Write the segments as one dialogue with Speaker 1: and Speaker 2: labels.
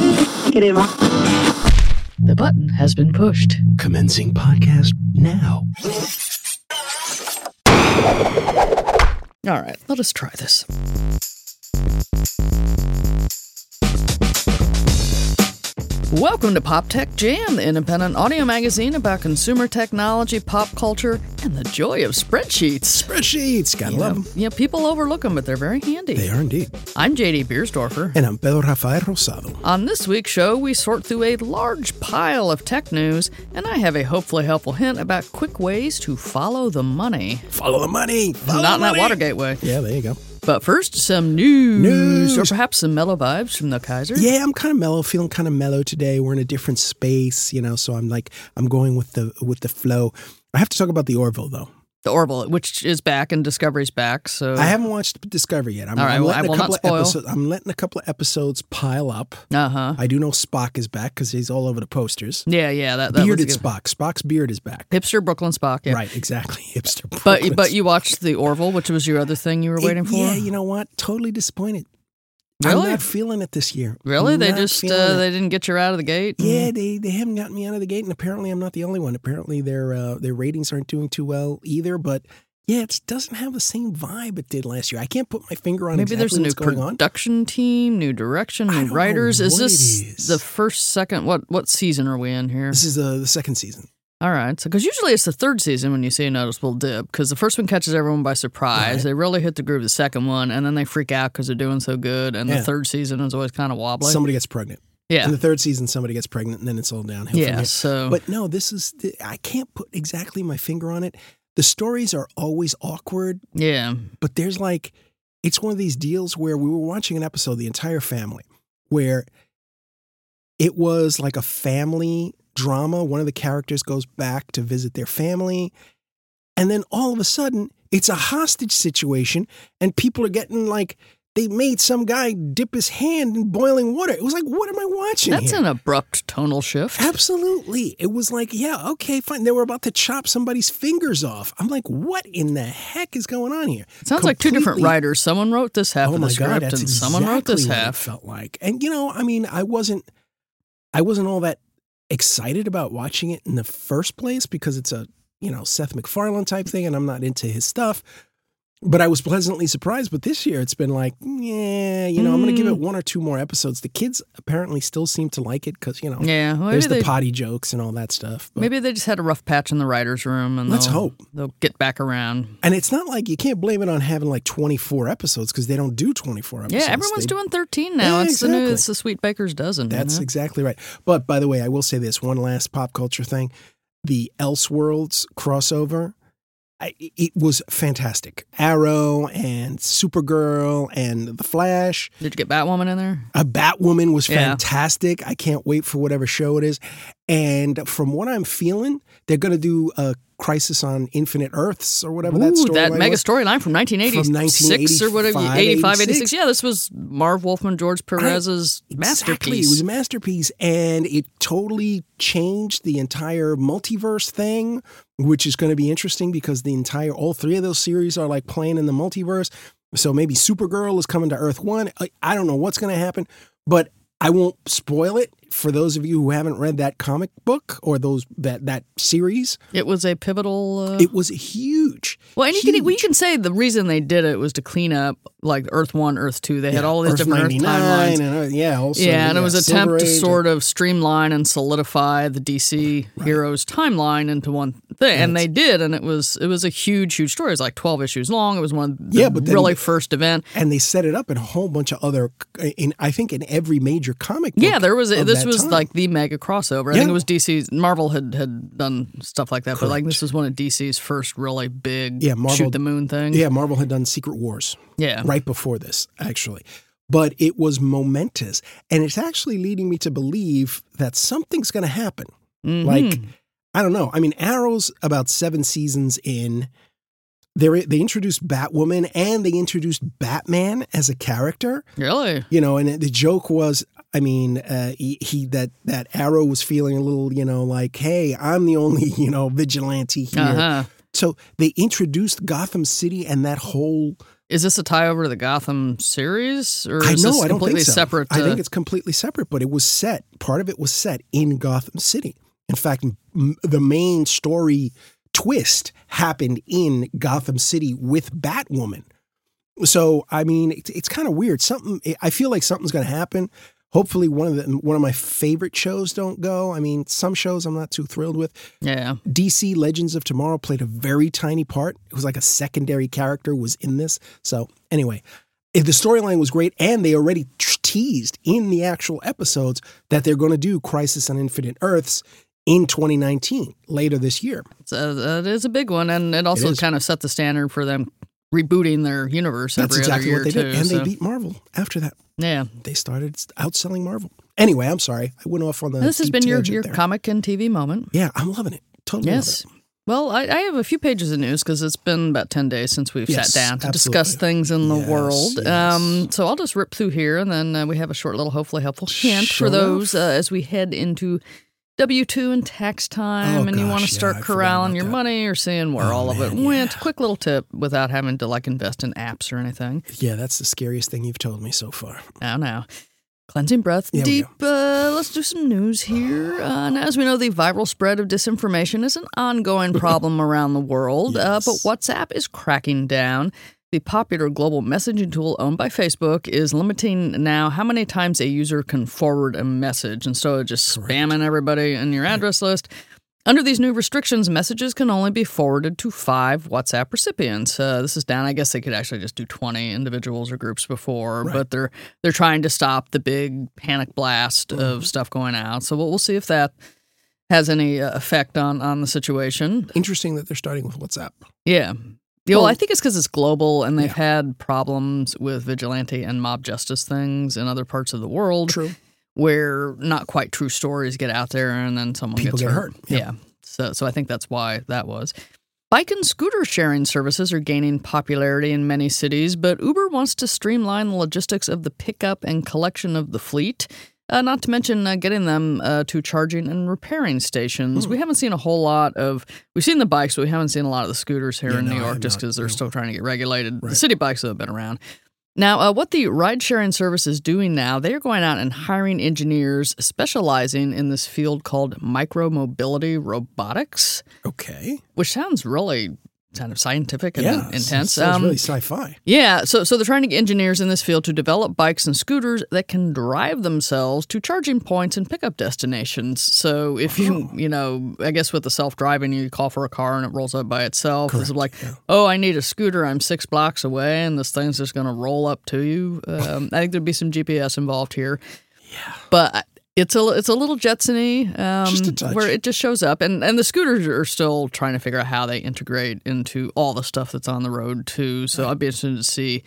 Speaker 1: negative.
Speaker 2: The button has been pushed.
Speaker 3: Commencing podcast now.
Speaker 2: All right, let us try this. Welcome to Pop Tech Jam, the independent audio magazine about consumer technology, pop culture, and the joy of spreadsheets.
Speaker 3: Spreadsheets, gotta love them.
Speaker 2: Yeah, people overlook them, but they're very handy.
Speaker 3: They are indeed.
Speaker 2: I'm JD Beersdorfer.
Speaker 3: And I'm Pedro Rafael Rosado.
Speaker 2: On this week's show, we sort through a large pile of tech news, and I have a hopefully helpful hint about quick ways to follow the money.
Speaker 3: Follow the money. Follow
Speaker 2: Not in
Speaker 3: the
Speaker 2: that
Speaker 3: money.
Speaker 2: Watergate way.
Speaker 3: Yeah, there you go.
Speaker 2: But first, some news.
Speaker 3: News.
Speaker 2: Or perhaps some mellow vibes from the Kaiser.
Speaker 3: Yeah, I'm kind of mellow, feeling kind of mellow today. We're in a different space, you know, so I'm like I'm going with the with the flow. I have to talk about the Orville though.
Speaker 2: The Orville, which is back and Discovery's back. So
Speaker 3: I haven't watched Discovery yet. I'm,
Speaker 2: Uh, All right,
Speaker 3: I'm
Speaker 2: well,
Speaker 3: letting
Speaker 2: I will
Speaker 3: a
Speaker 2: not
Speaker 3: couple of
Speaker 2: spoil.
Speaker 3: episodes I'm letting a couple of episodes pile up.
Speaker 2: Uh huh.
Speaker 3: I do know Spock is back cuz he's all over the posters.
Speaker 2: Yeah, yeah. That, that was
Speaker 3: Bearded
Speaker 2: good.
Speaker 3: Spock. Spock's beard is back.
Speaker 2: Hipster Brooklyn Spock. Yeah.
Speaker 3: Right, exactly. Hipster.
Speaker 2: But
Speaker 3: Brooklyn
Speaker 2: but you watched the Orville, which was your other thing you were
Speaker 3: It-
Speaker 2: waiting for.
Speaker 3: Yeah, you know what? Totally disappointed.
Speaker 2: Really?
Speaker 3: I'm not feeling it this year.
Speaker 2: really?
Speaker 3: I'm
Speaker 2: They
Speaker 3: not
Speaker 2: just
Speaker 3: feeling
Speaker 2: uh,
Speaker 3: it.
Speaker 2: they Mm. didn't get you out of the gate.
Speaker 3: yeah, they, they haven't gotten me out of the gate, and apparently I'm not the only one. Apparently their uh, their ratings aren't doing too well either. But yeah, it doesn't have the same vibe it did last year. I can't put my finger on
Speaker 2: Maybe
Speaker 3: exactly
Speaker 2: there's a new
Speaker 3: what's going on.
Speaker 2: production team, new direction,
Speaker 3: I
Speaker 2: new
Speaker 3: don't know
Speaker 2: writers. Is
Speaker 3: what
Speaker 2: this
Speaker 3: it is.
Speaker 2: the first, second? What what season are we in here?
Speaker 3: This is uh, the, the second season.
Speaker 2: All right, so because usually it's the third season when you see a noticeable dip, because the first one catches everyone by surprise.
Speaker 3: Right.
Speaker 2: They really hit the groove the second one, and then they freak out because they're doing so good. And the
Speaker 3: Yeah.
Speaker 2: third season is always kind of wobbly.
Speaker 3: Somebody gets pregnant.
Speaker 2: yeah,
Speaker 3: In the third season, somebody gets pregnant, and then it's all downhill. from
Speaker 2: yeah.
Speaker 3: here.
Speaker 2: So
Speaker 3: But no, this is the, I can't put exactly my finger on it. The stories are always awkward.
Speaker 2: yeah,
Speaker 3: but there's like it's one of these deals where we were watching an episode the entire family where it was like a family drama one of the characters goes back to visit their family and then all of a sudden it's a hostage situation and people are getting like they made some guy dip his hand in boiling water it was like what am i watching
Speaker 2: that's
Speaker 3: here?
Speaker 2: an abrupt tonal shift.
Speaker 3: Absolutely. It was like, yeah, okay, fine. They were about to chop somebody's fingers off. I'm like, what in the heck is going on here?
Speaker 2: It sounds like two different
Speaker 3: Completely-
Speaker 2: writers. Someone wrote this half
Speaker 3: oh
Speaker 2: of the
Speaker 3: my
Speaker 2: script,
Speaker 3: god,
Speaker 2: and
Speaker 3: that's
Speaker 2: someone wrote this
Speaker 3: exactly what It
Speaker 2: half.
Speaker 3: felt like, and you know, I mean, I wasn't, I wasn't all that excited about watching it in the first place because it's a you know Seth MacFarlane type thing, and I'm not into his stuff. But I was pleasantly surprised. But this year, it's been like, yeah, you know, I'm going to give
Speaker 2: Mm.
Speaker 3: it one or two more episodes. The kids apparently still seem to like it because you know,
Speaker 2: Yeah, well, maybe
Speaker 3: there's the
Speaker 2: they
Speaker 3: potty jokes and all that stuff. But,
Speaker 2: maybe they just had a rough patch in the writers' room, and
Speaker 3: Let's
Speaker 2: they'll-
Speaker 3: hope.
Speaker 2: they'll get back around.
Speaker 3: and it's not like you can't blame it on having like 24 episodes because they don't do 24 episodes.
Speaker 2: Yeah, everyone's
Speaker 3: They
Speaker 2: doing 13 now.
Speaker 3: Yeah,
Speaker 2: it's the new,
Speaker 3: exactly.
Speaker 2: it's the Sweet Baker's Dozen. you
Speaker 3: That's
Speaker 2: know?
Speaker 3: exactly right. But by the way, I will say this one last pop culture thing: the Elseworlds crossover. I, it was fantastic. Arrow and Supergirl and The Flash.
Speaker 2: Did you get Batwoman in there?
Speaker 3: A Batwoman was
Speaker 2: Yeah.
Speaker 3: fantastic. I can't wait for whatever show it is. And from what I'm feeling, they're going to do a Crisis on Infinite Earths or whatever that
Speaker 2: Ooh,
Speaker 3: story.
Speaker 2: that mega storyline from 1986
Speaker 3: From
Speaker 2: or whatever,
Speaker 3: 1985,
Speaker 2: 85, 86.
Speaker 3: 86.
Speaker 2: Yeah, this was Marv Wolfman, George Perez's
Speaker 3: Exactly.
Speaker 2: masterpiece.
Speaker 3: It was a masterpiece and it totally changed the entire multiverse thing, which is going to be interesting because the entire, all three of those series are like playing in the multiverse. So maybe Supergirl is coming to Earth One. I, I don't know what's going to happen, but I won't spoil it for those of you who haven't read that comic book or those that that series.
Speaker 2: It was a pivotal. Uh,
Speaker 3: It was huge.
Speaker 2: well, and you can, we can say the reason they did it was to clean up like Earth 1, Earth 2. They had all these
Speaker 3: Earth
Speaker 2: different Earth
Speaker 3: 99
Speaker 2: timelines.
Speaker 3: and, uh, yeah, also,
Speaker 2: yeah, and it was an
Speaker 3: Silver
Speaker 2: attempt to
Speaker 3: Age.
Speaker 2: sort of streamline and solidify the DC heroes timeline into one thing, and they did, and it was it was a huge, huge story. It was like twelve issues long. It was one of the
Speaker 3: Yeah, but then-
Speaker 2: really first event.
Speaker 3: and they set it up in a whole bunch of other in I think in every major comic book.
Speaker 2: Yeah, there was
Speaker 3: of
Speaker 2: this
Speaker 3: that
Speaker 2: was
Speaker 3: time.
Speaker 2: like the mega crossover. I think
Speaker 3: Yeah.
Speaker 2: it was DC's Marvel had had done stuff like that, but like this was one of DC's first really big
Speaker 3: Yeah, Marvel-
Speaker 2: shoot the moon thing.
Speaker 3: yeah, Marvel had done Secret Wars
Speaker 2: yeah.
Speaker 3: right before this actually. But it was momentous and it's actually leading me to believe that something's going to happen.
Speaker 2: Mhm.
Speaker 3: Like I don't know. I mean Arrow's about 7 seasons in. They they introduced Batwoman and they introduced Batman as a character.
Speaker 2: really.
Speaker 3: you know and the joke was i mean uh, he, he that that arrow was feeling a little you know like hey i'm the only you know vigilante here
Speaker 2: Uh huh.
Speaker 3: so they introduced gotham city and that whole
Speaker 2: Is this a tie over to the Gotham series, or
Speaker 3: I
Speaker 2: is
Speaker 3: know.
Speaker 2: this
Speaker 3: I don't
Speaker 2: completely
Speaker 3: think so.
Speaker 2: separate?
Speaker 3: I
Speaker 2: uh,
Speaker 3: think it's completely separate, but it was set. Part of it was set in Gotham City. In fact, m- the main story twist happened in Gotham City with Batwoman. So I mean, it's, it's kind of weird. Something I feel like something's going to happen. Hopefully, one of the one of my favorite shows don't go. I mean, some shows I'm not too thrilled with.
Speaker 2: yeah.
Speaker 3: DC Legends of Tomorrow played a very tiny part. It was like a secondary character was in this. So anyway, eh, the storyline was great, and they already t- teased in the actual episodes that they're going to do Crisis on Infinite Earths in 2019 later this year.
Speaker 2: It's a, that is a big one, and it also
Speaker 3: is.
Speaker 2: kind of set the standard for them rebooting their universe
Speaker 3: That's
Speaker 2: every other
Speaker 3: exactly
Speaker 2: year
Speaker 3: what they
Speaker 2: too.
Speaker 3: did, and
Speaker 2: so-
Speaker 3: they beat Marvel after that.
Speaker 2: yeah,
Speaker 3: They started outselling Marvel. Anyway, I'm sorry I went off on the.
Speaker 2: this has
Speaker 3: deep
Speaker 2: been your
Speaker 3: tangent
Speaker 2: your
Speaker 3: there.
Speaker 2: comic and TV moment.
Speaker 3: yeah, I'm loving it. Totally. love
Speaker 2: Yes. Well, I, I have a few pages of news because it's been about 10 days since we've
Speaker 3: Yes,
Speaker 2: sat down to discuss
Speaker 3: absolutely.
Speaker 2: things in the
Speaker 3: Yes,
Speaker 2: world.
Speaker 3: yes.
Speaker 2: Um, so I'll just rip through here and then uh, we have a short little, hopefully helpful hint
Speaker 3: Sure
Speaker 2: for those uh,
Speaker 3: enough.
Speaker 2: as we head into W 2 and tax time
Speaker 3: Oh,
Speaker 2: and you want to
Speaker 3: gosh, yeah,
Speaker 2: start
Speaker 3: I forgot
Speaker 2: corralling
Speaker 3: about
Speaker 2: your
Speaker 3: that.
Speaker 2: money or seeing where
Speaker 3: Oh,
Speaker 2: all of it
Speaker 3: man,
Speaker 2: went.
Speaker 3: yeah.
Speaker 2: Quick little tip without having to like invest in apps or anything.
Speaker 3: it. Yeah, that's the scariest thing you've told me so far.
Speaker 2: Now, now. Cleansing breath
Speaker 3: Yeah, we
Speaker 2: deep.
Speaker 3: go.
Speaker 2: Uh, let's do some news here. Uh, now, as we know, the viral spread of disinformation is an ongoing problem around the world, uh, but
Speaker 3: Yes.
Speaker 2: WhatsApp is cracking down. The popular global messaging tool owned by Facebook is limiting now how many times a user can forward a message instead of just
Speaker 3: Correct.
Speaker 2: spamming everybody in your address list. Under these new restrictions, messages can only be forwarded to five WhatsApp recipients. Uh, this is down. I guess they could actually just do twenty individuals or groups before,
Speaker 3: Right.
Speaker 2: but they're they're trying to stop the big panic blast
Speaker 3: Mm-hmm.
Speaker 2: of stuff going out. So we'll, we'll see if that has any uh, effect on on the situation.
Speaker 3: Interesting that they're starting with WhatsApp.
Speaker 2: Yeah. Yeah, well,
Speaker 3: Well-
Speaker 2: I think it's because it's global, and they've had problems with vigilante and mob justice things in other parts of the world
Speaker 3: True.
Speaker 2: where not quite true stories get out there and then someone
Speaker 3: People
Speaker 2: gets
Speaker 3: get
Speaker 2: hurt.
Speaker 3: hurt, yeah.
Speaker 2: So so I think that's why that was. Bike and scooter sharing services are gaining popularity in many cities, but Uber wants to streamline the logistics of the pickup and collection of the fleet. Uh, not to mention uh, getting them uh, to charging and repairing stations.
Speaker 3: Hmm.
Speaker 2: We haven't seen a whole lot of. We've seen the bikes, but we haven't seen a lot of the scooters here
Speaker 3: Yeah,
Speaker 2: in
Speaker 3: no,
Speaker 2: New
Speaker 3: I
Speaker 2: York
Speaker 3: have
Speaker 2: just
Speaker 3: not,
Speaker 2: because they're
Speaker 3: no.
Speaker 2: still trying to get regulated. The
Speaker 3: Right.
Speaker 2: city bikes have been around. Now, uh, what the ride sharing service is doing now, they are going out and hiring engineers specializing in this field called micromobility robotics,
Speaker 3: Okay.
Speaker 2: which sounds really kind of scientific and
Speaker 3: yeah,
Speaker 2: in-
Speaker 3: it's-
Speaker 2: intense.
Speaker 3: It sounds
Speaker 2: Um,
Speaker 3: really sci-fi.
Speaker 2: yeah, so so they're trying to get engineers in this field to develop bikes and scooters that can drive themselves to charging points and pickup destinations. So if you
Speaker 3: Oh.
Speaker 2: you know, I guess with the self driving, you call for a car and it rolls up by itself. It's
Speaker 3: Correct,
Speaker 2: like,
Speaker 3: yeah.
Speaker 2: oh, I need a scooter. I'm six blocks away, and this thing's just going to roll up to you. Um, I think there'd be some GPS involved here. Yeah, but. It's a it's a little Jetsony, um,
Speaker 3: Just a touch.
Speaker 2: where it just shows up, and, and the scooters are still trying to figure out how they integrate into all the stuff that's on the road too. So I'd be interested to see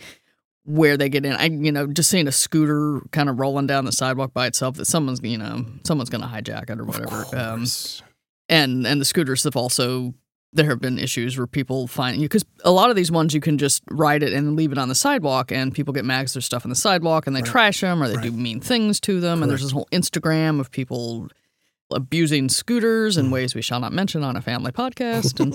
Speaker 2: where they get in. I you know just seeing a scooter kind of rolling down the sidewalk by itself that someone's you know someone's going to hijack it or whatever. Um,
Speaker 3: Course.
Speaker 2: and and the scooters have also there have been issues where people find you because a lot of these ones you can just ride it and leave it on the sidewalk and people get mags their stuff on the sidewalk and they trash 'em trash them or they do mean things to them and there's this whole instagram of people abusing scooters in ways we shall not mention on a family podcast and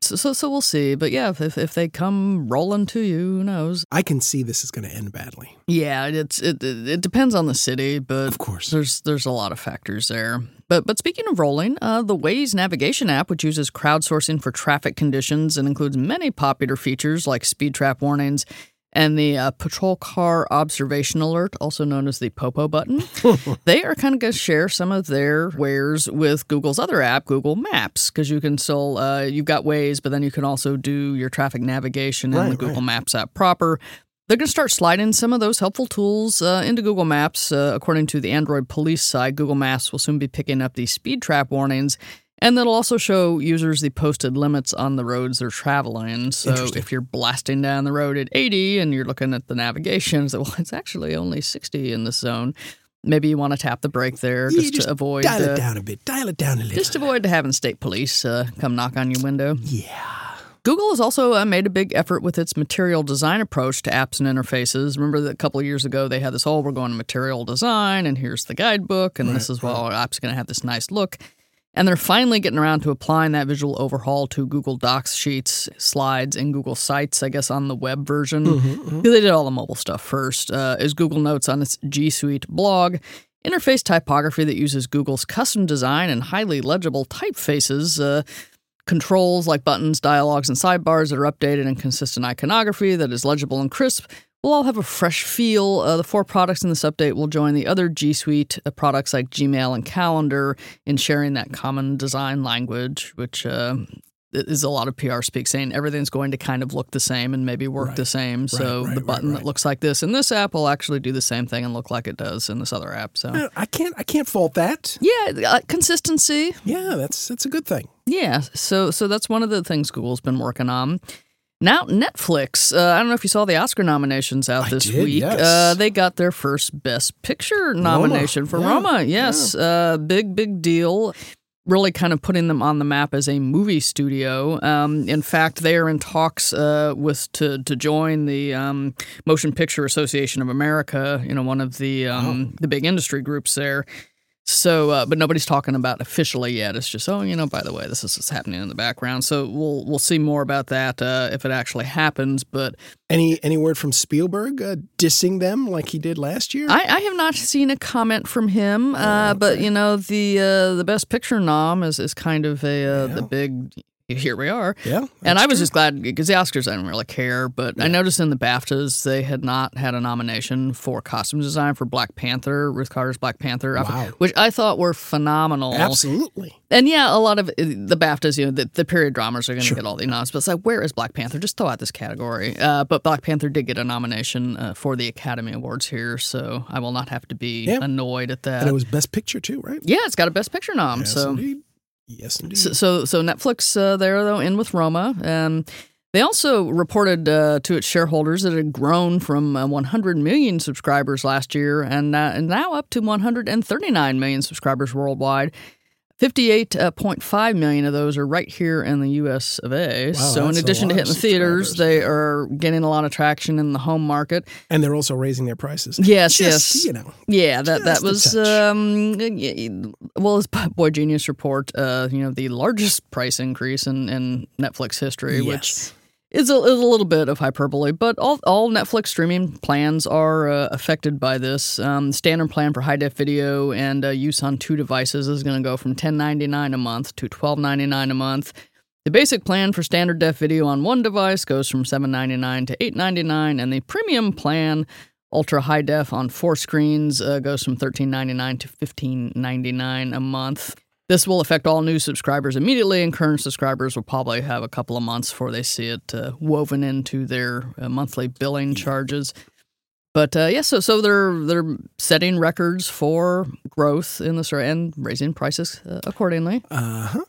Speaker 2: so, so so we'll see but yeah if, if, if they come rolling to you who knows
Speaker 3: I can see this is going to end badly.
Speaker 2: yeah it's it, it, it depends on the city but
Speaker 3: Of course.
Speaker 2: there's there's a lot of factors there. But but speaking of rolling, uh, the Waze navigation app, which uses crowdsourcing for traffic conditions and includes many popular features like speed trap warnings and the uh, patrol car observation alert, also known as the Popo button, they are kind of going to share some of their wares with Google's other app, Google Maps, because you can still uh, you've got Waze, but then you can also do your traffic navigation in
Speaker 3: Right,
Speaker 2: the
Speaker 3: right.
Speaker 2: Google Maps app proper. They're going to start sliding some of those helpful tools uh, into Google Maps. Uh, according to the Android police side, Google Maps will soon be picking up the speed trap warnings, and that'll also show users the posted limits on the roads they're traveling. So
Speaker 3: Interesting.
Speaker 2: if you're blasting down the road at 80 and you're looking at the navigation, it's like, well, it's actually only 60 in this zone. Maybe you want to tap the brake there
Speaker 3: Yeah,
Speaker 2: just,
Speaker 3: just
Speaker 2: to avoid
Speaker 3: Dial
Speaker 2: uh,
Speaker 3: it down a bit. Dial it down a little.
Speaker 2: just avoid having state police uh, come knock on your window.
Speaker 3: yeah.
Speaker 2: Google has also uh, made a big effort with its material design approach to apps and interfaces. Remember that a couple of years ago they had this, oh, we're going to material design, and here's the guidebook, and this is why our app's going to have this nice look. And they're finally getting around to applying that visual overhaul to Google Docs sheets, slides, and Google Sites, I guess, on the web version.
Speaker 3: Mhm, mhm.
Speaker 2: Because they did all the mobile stuff first, uh, is Google Notes on its G Suite blog. Interface typography that uses Google's custom design and highly legible typefaces, uh, controls like buttons, dialogues, and sidebars that are updated and consistent iconography that is legible and crisp will all have a fresh feel. Uh, the four products in this update will join the other G Suite uh, products like Gmail and Calendar in sharing that common design language, which uh, is a lot of PR speak saying everything's going to kind of look the same and maybe work
Speaker 3: Right.
Speaker 2: the same. So
Speaker 3: Right, right,
Speaker 2: the
Speaker 3: right,
Speaker 2: button that
Speaker 3: right.
Speaker 2: looks like this in this app will actually do the same thing and look like it does in this other app. So
Speaker 3: Uh, I can't. I can't fault that.
Speaker 2: yeah, uh, consistency.
Speaker 3: Yeah, that's that's a good thing.
Speaker 2: Yeah, so so that's one of the things Google's been working on. Now Netflix. Uh, I don't know if you saw the Oscar nominations out
Speaker 3: I
Speaker 2: this
Speaker 3: did,
Speaker 2: week.
Speaker 3: yes.
Speaker 2: Uh, they got their first Best Picture nomination for
Speaker 3: yeah,
Speaker 2: Roma. Yes, uh, big big deal. Really, kind of putting them on the map as a movie studio. Um, in fact, they are in talks uh, with to to join the um, Motion Picture Association of America. You know, one of the um,
Speaker 3: Oh.
Speaker 2: the big industry groups there. So, uh, but nobody's talking about officially yet. It's just, oh, you know, by the way, this is what's happening in the background. So we'll we'll see more about that uh, if it actually happens. But
Speaker 3: Any any word from Spielberg uh, dissing them like he did last year?
Speaker 2: I, I have not seen a comment from
Speaker 3: Oh,
Speaker 2: him. Uh, But you know, the uh, the best picture nom is is kind of a uh,
Speaker 3: Yeah.
Speaker 2: the big. Here we are.
Speaker 3: yeah,
Speaker 2: and
Speaker 3: that's
Speaker 2: I was
Speaker 3: true.
Speaker 2: just glad because the Oscars I didn't really care, but I noticed in the BAFTAs they had not had a nomination for costume design for Black Panther, Ruth Carter's Black Panther,
Speaker 3: Wow.
Speaker 2: which I thought were phenomenal.
Speaker 3: absolutely.
Speaker 2: And yeah, a lot of uh, the BAFTAs, you know, the, the period dramas are going to get all the nods. But it's like, where is Black Panther? Just throw out this category. Uh, but Black Panther did get a nomination uh, for the Academy Awards here, so I will not have to be
Speaker 3: Yeah.
Speaker 2: annoyed at
Speaker 3: And it
Speaker 2: that.
Speaker 3: was Best Picture too, right?
Speaker 2: yeah, it's got a Best Picture nom.
Speaker 3: yes,
Speaker 2: so
Speaker 3: indeed. Yes, indeed.
Speaker 2: so, so, so Netflix uh, there though in with Roma. Um, they also reported uh, to its shareholders that it had grown from uh, 100 million subscribers last year and, uh, and now up to 139 million subscribers worldwide. 58.5 million of those are right here in the US of A.
Speaker 3: Wow,
Speaker 2: so, in
Speaker 3: that's a
Speaker 2: addition to
Speaker 3: lot of
Speaker 2: hitting the theaters,
Speaker 3: subscribers.
Speaker 2: they are getting a lot of traction in the home market.
Speaker 3: and they're also raising their prices.
Speaker 2: Yes,
Speaker 3: Just,
Speaker 2: yes.
Speaker 3: You know,
Speaker 2: Yeah, that that
Speaker 3: Just a
Speaker 2: was
Speaker 3: touch.
Speaker 2: um, y- y- well, as Boy Genius report, uh, you know, the largest price increase in, in Netflix history, which
Speaker 3: Yes.
Speaker 2: is a, is a little bit of hyperbole. But all all Netflix streaming plans are uh, affected by this. Um, standard plan for high def video and uh, use on two devices is going to go from ten ninety nine a month to twelve ninety nine a month. The basic plan for standard def video on one device goes from $7.99 to $8.99, and the premium plan, ultra high def on four screens, uh, goes from $13.99 to $15.99 a month. This will affect all new subscribers immediately, and current subscribers will probably have a couple of months before they see it uh, woven into their uh, monthly billing charges. But uh, yeah, so so they're they're setting records for growth in this and raising prices uh, accordingly.
Speaker 3: Uh-huh.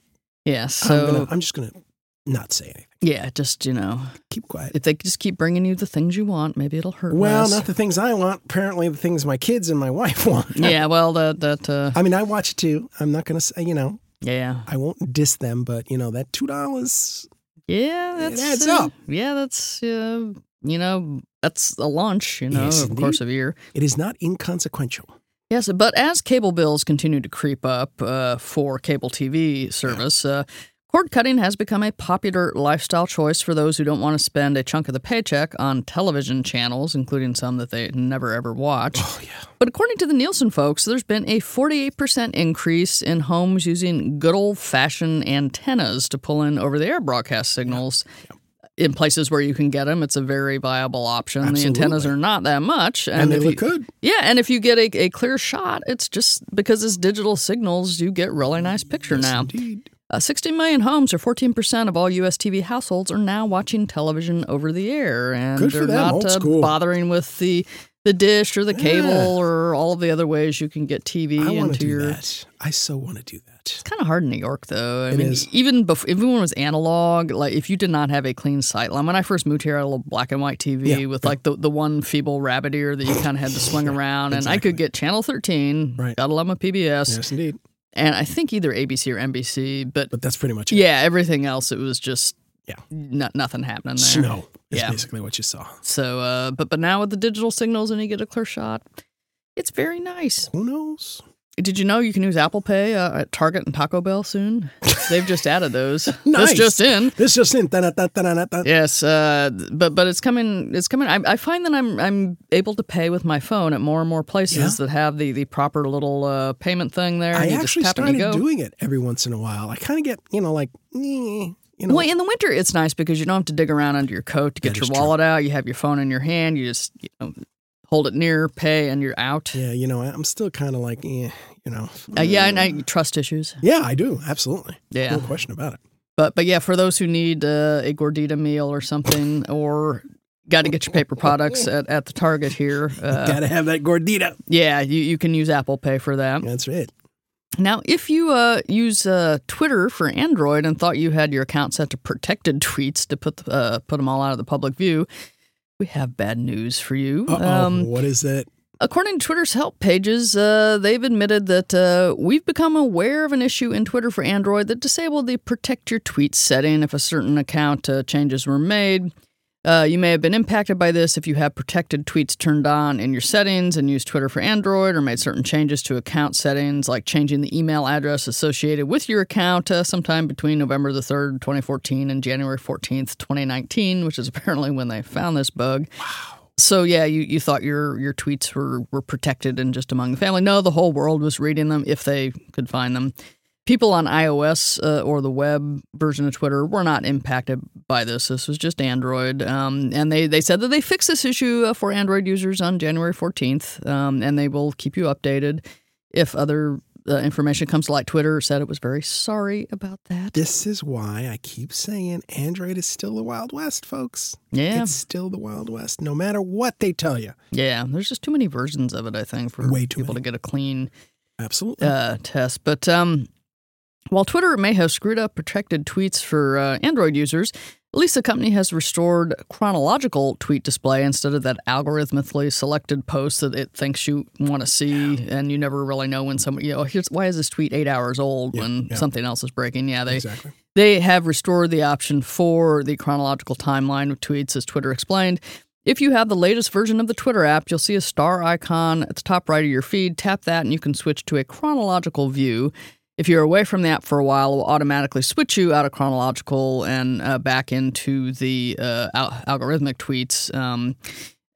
Speaker 2: Yeah, so
Speaker 3: I'm, gonna, I'm just going to not say anything.
Speaker 2: yeah, just you know,
Speaker 3: Keep quiet.
Speaker 2: if they just keep bringing you the things you want, maybe it'll hurt.
Speaker 3: Well,
Speaker 2: less.
Speaker 3: not the things I want. Apparently, the things my kids and my wife want.
Speaker 2: yeah, well, that that uh,
Speaker 3: I mean, I watch it too. I'm not going to say, you know,
Speaker 2: yeah,
Speaker 3: I won't diss them, but, you know, that $2.
Speaker 2: yeah, that's
Speaker 3: adds
Speaker 2: uh,
Speaker 3: up.
Speaker 2: Yeah, that's uh, you know, that's a launch, you know,
Speaker 3: Yes,
Speaker 2: over the course of a year.
Speaker 3: It is not inconsequential.
Speaker 2: Yes, but as cable bills continue to creep up uh, for cable TV service, uh, cord cutting has become a popular lifestyle choice for those who don't want to spend a chunk of the paycheck on television channels, including some that they never ever watch.
Speaker 3: Oh, yeah.
Speaker 2: But according to the Nielsen folks, there's been a 48% increase in homes using good old fashioned antennas to pull in over the air broadcast signals. In places where you can get them, it's a very viable option. The antennas
Speaker 3: Absolutely.
Speaker 2: are not that much.
Speaker 3: And, they
Speaker 2: if
Speaker 3: look
Speaker 2: you-
Speaker 3: good.
Speaker 2: Yeah, and if you get a, a clear shot, it's just because it's digital signals, you get really nice picture
Speaker 3: Yes,
Speaker 2: now.
Speaker 3: Indeed.
Speaker 2: Uh, 60 million homes, or 14% of all U.S. TV households, are now watching television over the air, and
Speaker 3: Good for
Speaker 2: they're
Speaker 3: them,
Speaker 2: not
Speaker 3: old
Speaker 2: uh,
Speaker 3: school.
Speaker 2: bothering with the the dish or the cable
Speaker 3: Yeah.
Speaker 2: or all of the other ways you can get TV
Speaker 3: I want
Speaker 2: into
Speaker 3: to do
Speaker 2: your.
Speaker 3: that. I so want to do that.
Speaker 2: It's kind of hard in New York, though. I
Speaker 3: It
Speaker 2: mean,
Speaker 3: is.
Speaker 2: even before, even when it was analog, like if you did not have a clean sight line. When I first moved here, I had a little black and white TV
Speaker 3: Yeah,
Speaker 2: with like the, the one feeble rabbit ear that you kind of had to swing around, and I could get channel thirteen.
Speaker 3: Right.
Speaker 2: Gotta love my PBS,
Speaker 3: Yes, indeed.
Speaker 2: and I think either ABC or NBC, but
Speaker 3: But that's pretty much it.
Speaker 2: yeah, everything else it was just
Speaker 3: Yeah.
Speaker 2: no- nothing happening there.
Speaker 3: Snow is
Speaker 2: Yeah.
Speaker 3: basically what you saw.
Speaker 2: So, uh, but but now with the digital signals and you get a clear shot, it's very nice.
Speaker 3: Who knows?
Speaker 2: Did you know you can use Apple Pay uh, at Target and Taco Bell soon? They've just added those.
Speaker 3: Nice.
Speaker 2: This just in.
Speaker 3: This just in. Dun, dun, dun, dun, dun, dun.
Speaker 2: Yes, uh, but but it's coming. It's coming. I, I find that I'm I'm able to pay with my phone at more and more places that have the the proper little uh, payment thing there.
Speaker 3: I
Speaker 2: and you
Speaker 3: actually
Speaker 2: just tap and
Speaker 3: started
Speaker 2: you go.
Speaker 3: doing it every once in a while. I kind of get, you know, like, eh, you know,
Speaker 2: Well, in the winter, it's nice because you don't have to dig around under your coat to
Speaker 3: That
Speaker 2: get your
Speaker 3: is true.
Speaker 2: wallet out. You have your phone in your hand. You just you know, hold it near, pay, and you're out.
Speaker 3: yeah, you know, I- I'm still kind of like, eh, you know.
Speaker 2: Uh, yeah, and
Speaker 3: eh.
Speaker 2: I, trust issues.
Speaker 3: yeah, I do absolutely,
Speaker 2: Yeah,
Speaker 3: no question about it.
Speaker 2: but but yeah, for those who need uh, a gordita meal or something, or got to get your paper products at, at the Target here. Uh,
Speaker 3: Gotta have that gordita.
Speaker 2: yeah, you, you can use Apple Pay for that.
Speaker 3: That's it.
Speaker 2: Now, if you uh, use uh, Twitter for Android and thought you had your account set to protected tweets to put the, uh, put them all out of the public view, we have bad news for you. Um,
Speaker 3: Uh-oh, what is it?
Speaker 2: according to Twitter's help pages, uh, they've admitted that uh, we've become aware of an issue in Twitter for Android that disabled the protect your tweets setting if a certain account uh, changes were made. Uh, you may have been impacted by this if you have protected tweets turned on in your settings and use Twitter for Android or made certain changes to account settings, like changing the email address associated with your account uh, sometime between November the 3rd, 2014 and January 14th, 2019, which is apparently when they found this bug. So yeah, you, you thought your your tweets were were protected and just among the family. No, the whole world was reading them if they could find them. People on iOS uh, or the web version of Twitter were not impacted by this. This was just Android, um, and they, they said that they fixed this issue uh, for Android users on January fourteenth, um, and they will keep you updated if other uh, information comes to light. Twitter said it was very sorry about that.
Speaker 3: This is why I keep saying Android is still the Wild West, folks.
Speaker 2: Yeah,
Speaker 3: It's still the Wild West, no matter what they tell you.
Speaker 2: yeah. There's just too many versions of it. I think for
Speaker 3: Way too
Speaker 2: people
Speaker 3: many.
Speaker 2: to get a clean.
Speaker 3: Absolutely.
Speaker 2: uh, test. But um, while Twitter may have screwed up protected tweets for uh, Android users, at least the company has restored chronological tweet display instead of that algorithmically selected post that it thinks you want to see, and you never really know when somebody. You know, here's why is this tweet eight hours old
Speaker 3: Yeah,
Speaker 2: when
Speaker 3: yeah.
Speaker 2: something else is breaking? Yeah, they
Speaker 3: exactly.
Speaker 2: they have restored the option for the chronological timeline of tweets, as Twitter explained. If you have the latest version of the Twitter app, you'll see a star icon at the top right of your feed. Tap that and you can switch to a chronological view. If you're away from the app for a while, it will automatically switch you out of chronological and uh, back into the uh, al- algorithmic tweets. Um,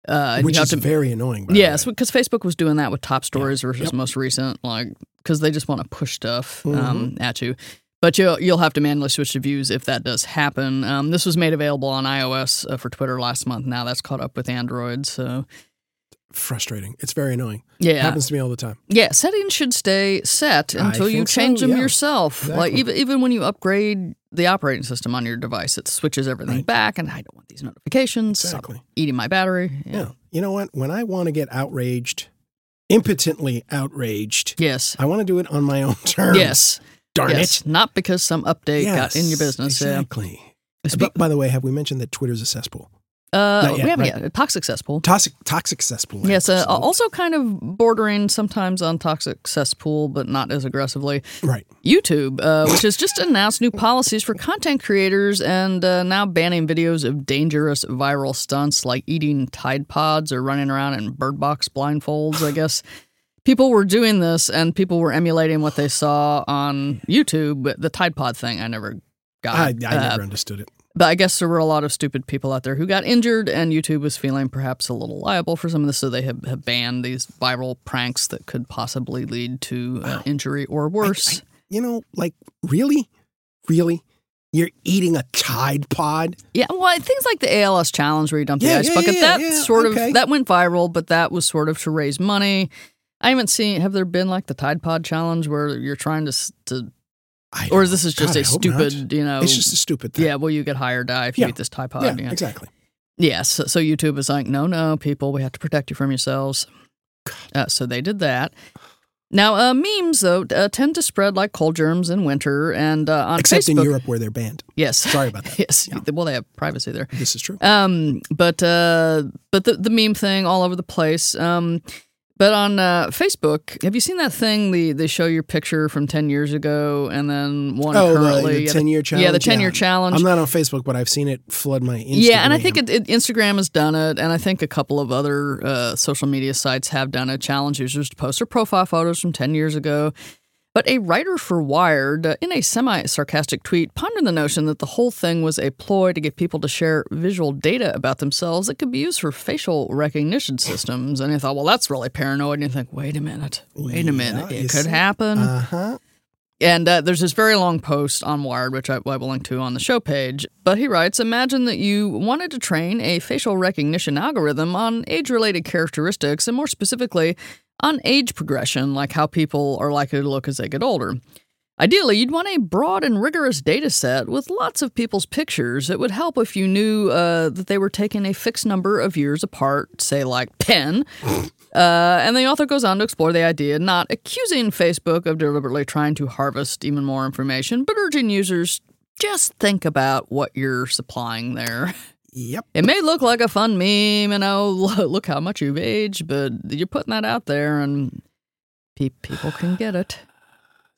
Speaker 2: uh, and you
Speaker 3: Which
Speaker 2: have
Speaker 3: is very annoying. By the
Speaker 2: Yes,
Speaker 3: way.
Speaker 2: because Facebook was doing that with top stories versus
Speaker 3: Yep.
Speaker 2: most recent, like because they just want to push stuff um,
Speaker 3: Mhm.
Speaker 2: at you. But you'll you'll have to manually switch to views if that does happen. Um, this was made available on iOS uh, for Twitter last month. Now that's caught up with Android. So
Speaker 3: frustrating. It's very annoying.
Speaker 2: yeah,
Speaker 3: Happens to me all the time.
Speaker 2: yeah, settings should stay set
Speaker 3: I
Speaker 2: until you
Speaker 3: think so,
Speaker 2: change them
Speaker 3: yeah.
Speaker 2: yourself. Like
Speaker 3: Exactly.
Speaker 2: even even when you upgrade the operating system on your device, it switches everything
Speaker 3: Right.
Speaker 2: back. And I don't want these notifications. Stop
Speaker 3: Exactly.
Speaker 2: eating my battery.
Speaker 3: Yeah. You know what? When I want to get outraged, impotently outraged,
Speaker 2: Yes.
Speaker 3: I want to do it on my own terms.
Speaker 2: Yes.
Speaker 3: Darn
Speaker 2: yes.
Speaker 3: it.
Speaker 2: Not because some update got in your
Speaker 3: Yes,
Speaker 2: business. Yeah.
Speaker 3: Exactly.
Speaker 2: Spe-
Speaker 3: But by the way, have we mentioned that Twitter's a cesspool?
Speaker 2: uh,
Speaker 3: not
Speaker 2: we
Speaker 3: yet,
Speaker 2: haven't
Speaker 3: right.
Speaker 2: yet. Toxic cesspool.
Speaker 3: Toxic, toxic cesspool. I
Speaker 2: yes, uh,
Speaker 3: think.
Speaker 2: also kind of bordering sometimes on toxic cesspool, but not as aggressively.
Speaker 3: Right.
Speaker 2: YouTube, uh, which has just announced new policies for content creators and uh, now banning videos of dangerous viral stunts like eating Tide Pods or running around in bird box blindfolds, I guess. People were doing this and people were emulating what they saw on YouTube, but the Tide Pod thing I never got.
Speaker 3: I, I
Speaker 2: Uh,
Speaker 3: never understood it.
Speaker 2: but I guess there were a lot of stupid people out there who got injured, and YouTube was feeling perhaps a little liable for some of this, so they have, have banned these viral pranks that could possibly lead to uh, injury or worse.
Speaker 3: You know, like, really? Really? You're eating a Tide Pod?
Speaker 2: yeah, well, I- things like the ALS challenge where you dump the
Speaker 3: Yeah,
Speaker 2: ice
Speaker 3: yeah,
Speaker 2: bucket
Speaker 3: yeah,
Speaker 2: that
Speaker 3: yeah,
Speaker 2: sort
Speaker 3: okay.
Speaker 2: of that went viral, but that was sort of to raise money. I haven't seen. Have there been like the Tide Pod challenge where you're trying to, s- to
Speaker 3: I
Speaker 2: or
Speaker 3: don't-
Speaker 2: is this is just
Speaker 3: God, I
Speaker 2: a
Speaker 3: hope not.
Speaker 2: stupid, you know?
Speaker 3: It's just a stupid thing.
Speaker 2: yeah, well, you get high or die if you
Speaker 3: Yeah.
Speaker 2: eat this Tide Pod.
Speaker 3: Yeah,
Speaker 2: yeah.
Speaker 3: exactly.
Speaker 2: Yes. So, so YouTube is like, no, no, people, we have to protect you from yourselves. Uh, so they did that. Now, uh, memes, though, uh, tend to spread like cold germs in winter. And uh, on
Speaker 3: Except
Speaker 2: Facebook.
Speaker 3: in Europe where they're banned.
Speaker 2: Yes.
Speaker 3: Sorry about that.
Speaker 2: yes. Well, they have privacy there.
Speaker 3: This is true.
Speaker 2: Um, but uh, but the, the meme thing all over the place. Um, But on uh, Facebook, have you seen that thing? The they show your picture from ten years ago, and then one
Speaker 3: oh,
Speaker 2: currently.
Speaker 3: the, the
Speaker 2: yeah,
Speaker 3: ten year challenge.
Speaker 2: yeah, the ten year challenge.
Speaker 3: I'm not on Facebook, but I've seen it flood my Instagram.
Speaker 2: Yeah, and I think it, it, Instagram has done it, and I think a couple of other uh, social media sites have done it. Challenge users to post their profile photos from 10 years ago. But a writer for Wired, uh, in a semi sarcastic tweet, pondered the notion that the whole thing was a ploy to get people to share visual data about themselves that could be used for facial recognition systems. And I thought, well, that's really paranoid. And you think, wait a minute, wait
Speaker 3: Yeah,
Speaker 2: a minute,
Speaker 3: you
Speaker 2: it could
Speaker 3: see?
Speaker 2: happen.
Speaker 3: Uh huh.
Speaker 2: And uh, there's this very long post on Wired, which I, I will link to on the show page. But he writes Imagine that you wanted to train a facial recognition algorithm on age related characteristics, and more specifically, on age progression, like how people are likely to look as they get older. Ideally, you'd want a broad and rigorous data set with lots of people's pictures. It would help if you knew uh, that they were taken a fixed number of years apart, say like 10, uh, and the author goes on to explore the idea, not accusing Facebook of deliberately trying to harvest even more information, but urging users just think about what you're supplying there.
Speaker 3: Yep.
Speaker 2: It may look like a fun meme, and oh, lo- look how much you've aged, but you're putting that out there, and pe- people can get it.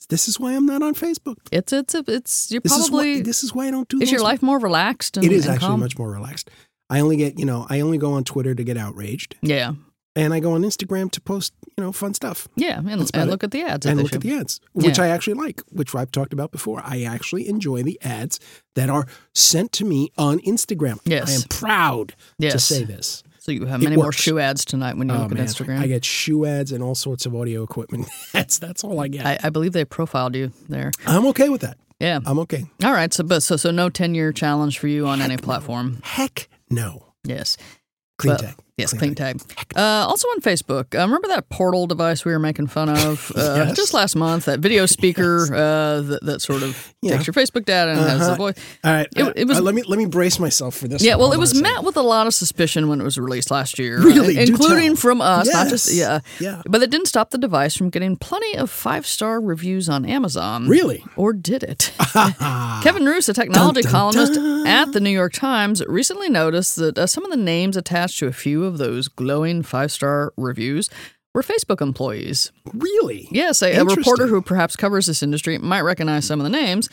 Speaker 3: This is why I'm not on Facebook.
Speaker 2: It's it's a, it's you're
Speaker 3: This
Speaker 2: probably
Speaker 3: is why.
Speaker 2: is,
Speaker 3: This is why I don't do. those
Speaker 2: your life more relaxed? And,
Speaker 3: It is
Speaker 2: and
Speaker 3: actually
Speaker 2: calm?
Speaker 3: much more relaxed. I only get, you know, I only go on Twitter to get outraged,
Speaker 2: yeah
Speaker 3: and I go on Instagram to post, you know, fun stuff
Speaker 2: yeah, and,
Speaker 3: about
Speaker 2: and
Speaker 3: it.
Speaker 2: look at the ads if
Speaker 3: and
Speaker 2: they
Speaker 3: look at
Speaker 2: show-
Speaker 3: the ads, which
Speaker 2: Yeah.
Speaker 3: I actually like, which I've talked about before. I actually enjoy the ads that are sent to me on Instagram.
Speaker 2: Yes.
Speaker 3: I am proud to
Speaker 2: Yes.
Speaker 3: say this.
Speaker 2: so you have
Speaker 3: It
Speaker 2: many more
Speaker 3: works.
Speaker 2: shoe ads tonight when you
Speaker 3: Oh,
Speaker 2: look at
Speaker 3: man.
Speaker 2: Instagram.
Speaker 3: I get shoe ads and all sorts of audio equipment ads. That's all I get. I,
Speaker 2: I, I believe they profiled you there.
Speaker 3: am okay with that.
Speaker 2: Yeah.
Speaker 3: I'm okay.
Speaker 2: All right. So, but so so no ten year challenge for you on any platform.
Speaker 3: Heck no.
Speaker 2: Yes.
Speaker 3: Clean
Speaker 2: But-
Speaker 3: tech.
Speaker 2: Yes. Clean
Speaker 3: Clean
Speaker 2: tag. Uh, also on Facebook. Uh, remember that portal device we were making fun of uh,
Speaker 3: Yes.
Speaker 2: just last month? That video speaker uh, that, that sort of
Speaker 3: Yeah.
Speaker 2: takes your Facebook data and has the
Speaker 3: Uh-huh.
Speaker 2: voice.
Speaker 3: All right.
Speaker 2: It-
Speaker 3: uh,
Speaker 2: it was-
Speaker 3: uh, let me let me brace myself for this.
Speaker 2: Yeah,
Speaker 3: one.
Speaker 2: well,
Speaker 3: Hold
Speaker 2: it
Speaker 3: on
Speaker 2: was
Speaker 3: a second.
Speaker 2: met with a lot of suspicion when it was released last year,
Speaker 3: Really?
Speaker 2: uh,
Speaker 3: Do
Speaker 2: including
Speaker 3: tell.
Speaker 2: from us. Not just
Speaker 3: Yes.
Speaker 2: yeah,
Speaker 3: Yeah.
Speaker 2: But it didn't stop the device from getting plenty of five star reviews on Amazon.
Speaker 3: Really?
Speaker 2: Or did it? Kevin Roos, a technology
Speaker 3: Dun, dun,
Speaker 2: columnist
Speaker 3: dun.
Speaker 2: at the New York Times, recently noticed that uh, some of the names attached to a few of those glowing five star reviews were Facebook employees.
Speaker 3: Really?
Speaker 2: Yes, a, a reporter
Speaker 3: Interesting.
Speaker 2: who perhaps covers this industry might recognize some of the names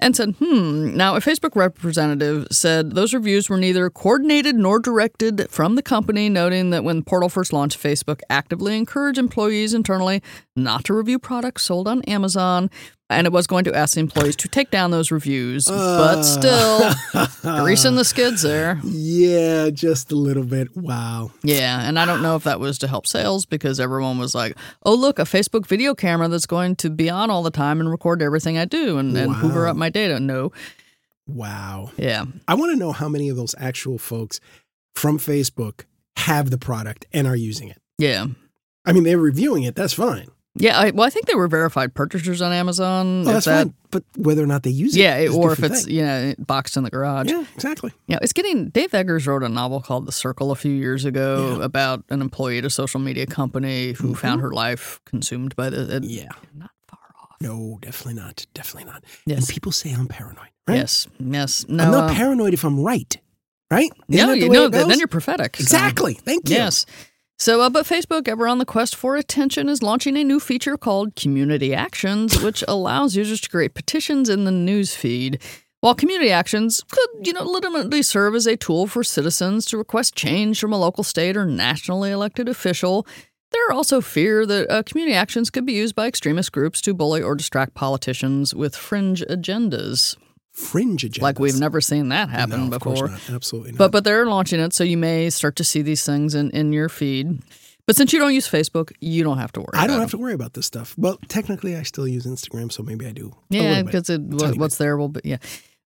Speaker 2: and said, hmm. Now, a Facebook representative said those reviews were neither coordinated nor directed from the company, noting that when Portal first launched, Facebook actively encouraged employees internally not to review products sold on Amazon. And it was going to ask the employees to take down those reviews,
Speaker 3: Uh,
Speaker 2: but still, greasing the skids there.
Speaker 3: Yeah, just a little bit. Wow.
Speaker 2: Yeah, and I don't know if that was to help sales because everyone was like, "Oh, look, a Facebook video camera that's going to be on all the time and record everything I do and, and hoover
Speaker 3: Wow.
Speaker 2: up my data." No,
Speaker 3: Wow.
Speaker 2: yeah,
Speaker 3: I want to know how many of those actual folks from Facebook have the product and are using it.
Speaker 2: yeah,
Speaker 3: I mean, they're reviewing it. That's fine.
Speaker 2: yeah. I, well, I think they were verified purchasers on Amazon.
Speaker 3: Oh,
Speaker 2: Hmm, If
Speaker 3: that's
Speaker 2: that-
Speaker 3: fine. But whether or not they use
Speaker 2: Yeah,
Speaker 3: it, is a
Speaker 2: or if
Speaker 3: different
Speaker 2: it's
Speaker 3: thing.
Speaker 2: you know boxed in the garage.
Speaker 3: yeah, exactly.
Speaker 2: Yeah, it's getting. Dave Eggers wrote a novel called The Circle a few years ago about an employee at a social media company who found her life consumed by the. it-
Speaker 3: Mm-hmm. Yeah.
Speaker 2: not far off.
Speaker 3: No, definitely not. Definitely not.
Speaker 2: Yes.
Speaker 3: And people say I'm paranoid. Right?
Speaker 2: Yes, yes. No,
Speaker 3: I'm not
Speaker 2: uh,
Speaker 3: paranoid if I'm right. Right? Isn't
Speaker 2: no,
Speaker 3: that the
Speaker 2: you
Speaker 3: way
Speaker 2: know,
Speaker 3: it
Speaker 2: th-
Speaker 3: goes?
Speaker 2: then you're prophetic. so-
Speaker 3: exactly. Thank you.
Speaker 2: Yes. So, uh, but Facebook, ever on the quest for attention, is launching a new feature called Community Actions, which allows users to create petitions in the news feed. While community actions could, you know, legitimately serve as a tool for citizens to request change from a local, state, or nationally elected official, there are also fear that uh, community actions could be used by extremist groups to bully or distract politicians with fringe agendas.
Speaker 3: Fringe agenda.
Speaker 2: Like we've never seen that happen
Speaker 3: no, of
Speaker 2: before.
Speaker 3: course not. Absolutely not.
Speaker 2: But but they're launching it, so you may start to see these things in, in your feed. But since you don't use Facebook, you don't have to worry.
Speaker 3: I don't
Speaker 2: about
Speaker 3: have to worry about this stuff. Well, technically, I still use Instagram, so maybe I do.
Speaker 2: it.
Speaker 3: a
Speaker 2: Yeah,
Speaker 3: little bit.
Speaker 2: because it,
Speaker 3: tiny
Speaker 2: what,
Speaker 3: bit.
Speaker 2: what's there will be yeah.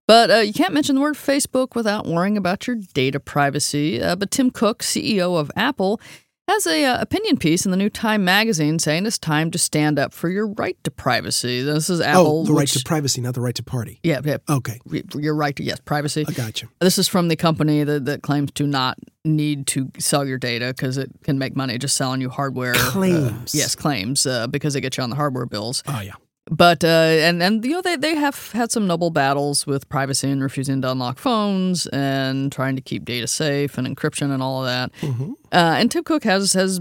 Speaker 2: But uh, you can't mention the word Facebook without worrying about your data privacy. Uh, but Tim Cook, CEO of Apple, has a uh, opinion piece in the new Time magazine saying it's time to stand up for your right to privacy. This is Apple.
Speaker 3: oh, the right
Speaker 2: which-
Speaker 3: to privacy, not the right to party.
Speaker 2: yeah, yeah,
Speaker 3: Okay,
Speaker 2: y- your right to yes privacy.
Speaker 3: I got you.
Speaker 2: This is from the company that, that claims to not need to sell your data because it can make money just selling you hardware. uh,
Speaker 3: Claims.
Speaker 2: yes, claims uh, because they get you on the hardware bills.
Speaker 3: Oh yeah.
Speaker 2: But uh, and and you know they they have had some noble battles with privacy and refusing to unlock phones and trying to keep data safe and encryption and all of that.
Speaker 3: hmm
Speaker 2: Uh, and Tim Cook has has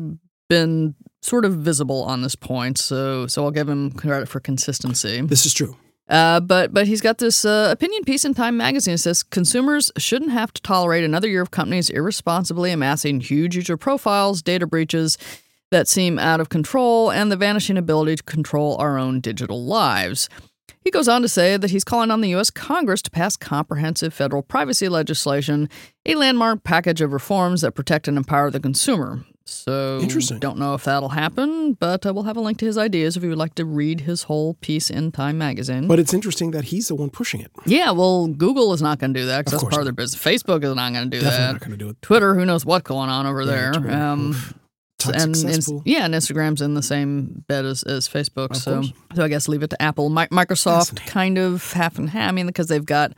Speaker 2: been sort of visible on this point, so so I'll give him credit for consistency.
Speaker 3: This is true.
Speaker 2: Uh, but but he's got this uh, opinion piece in Time Magazine that says consumers shouldn't have to tolerate another year of companies irresponsibly amassing huge user profiles, data breaches that seem out of control, and the vanishing ability to control our own digital lives. He goes on to say that he's calling on the U.S. Congress to pass comprehensive federal privacy legislation, a landmark package of reforms that protect and empower the consumer. So,
Speaker 3: Interesting.
Speaker 2: don't know if that'll happen, but uh, we'll have a link to his ideas if you would like to read his whole piece in Time Magazine.
Speaker 3: But it's interesting that he's the one pushing it.
Speaker 2: Yeah, well, Google is not going to do that because
Speaker 3: Of
Speaker 2: that's
Speaker 3: course
Speaker 2: part of their business. Facebook is not going to do
Speaker 3: Definitely
Speaker 2: that.
Speaker 3: not going to do it.
Speaker 2: Twitter, who knows what's going on over
Speaker 3: Yeah,
Speaker 2: there. Um,
Speaker 3: Twitter, oof. Toxic
Speaker 2: and Ins-
Speaker 3: cesspool.
Speaker 2: yeah, and Instagram's in the same bed as, as Facebook.
Speaker 3: Of
Speaker 2: so,
Speaker 3: course.
Speaker 2: so I guess leave it to Apple. Mi- Microsoft
Speaker 3: Fascinating.
Speaker 2: kind of half and half. I mean, because they've got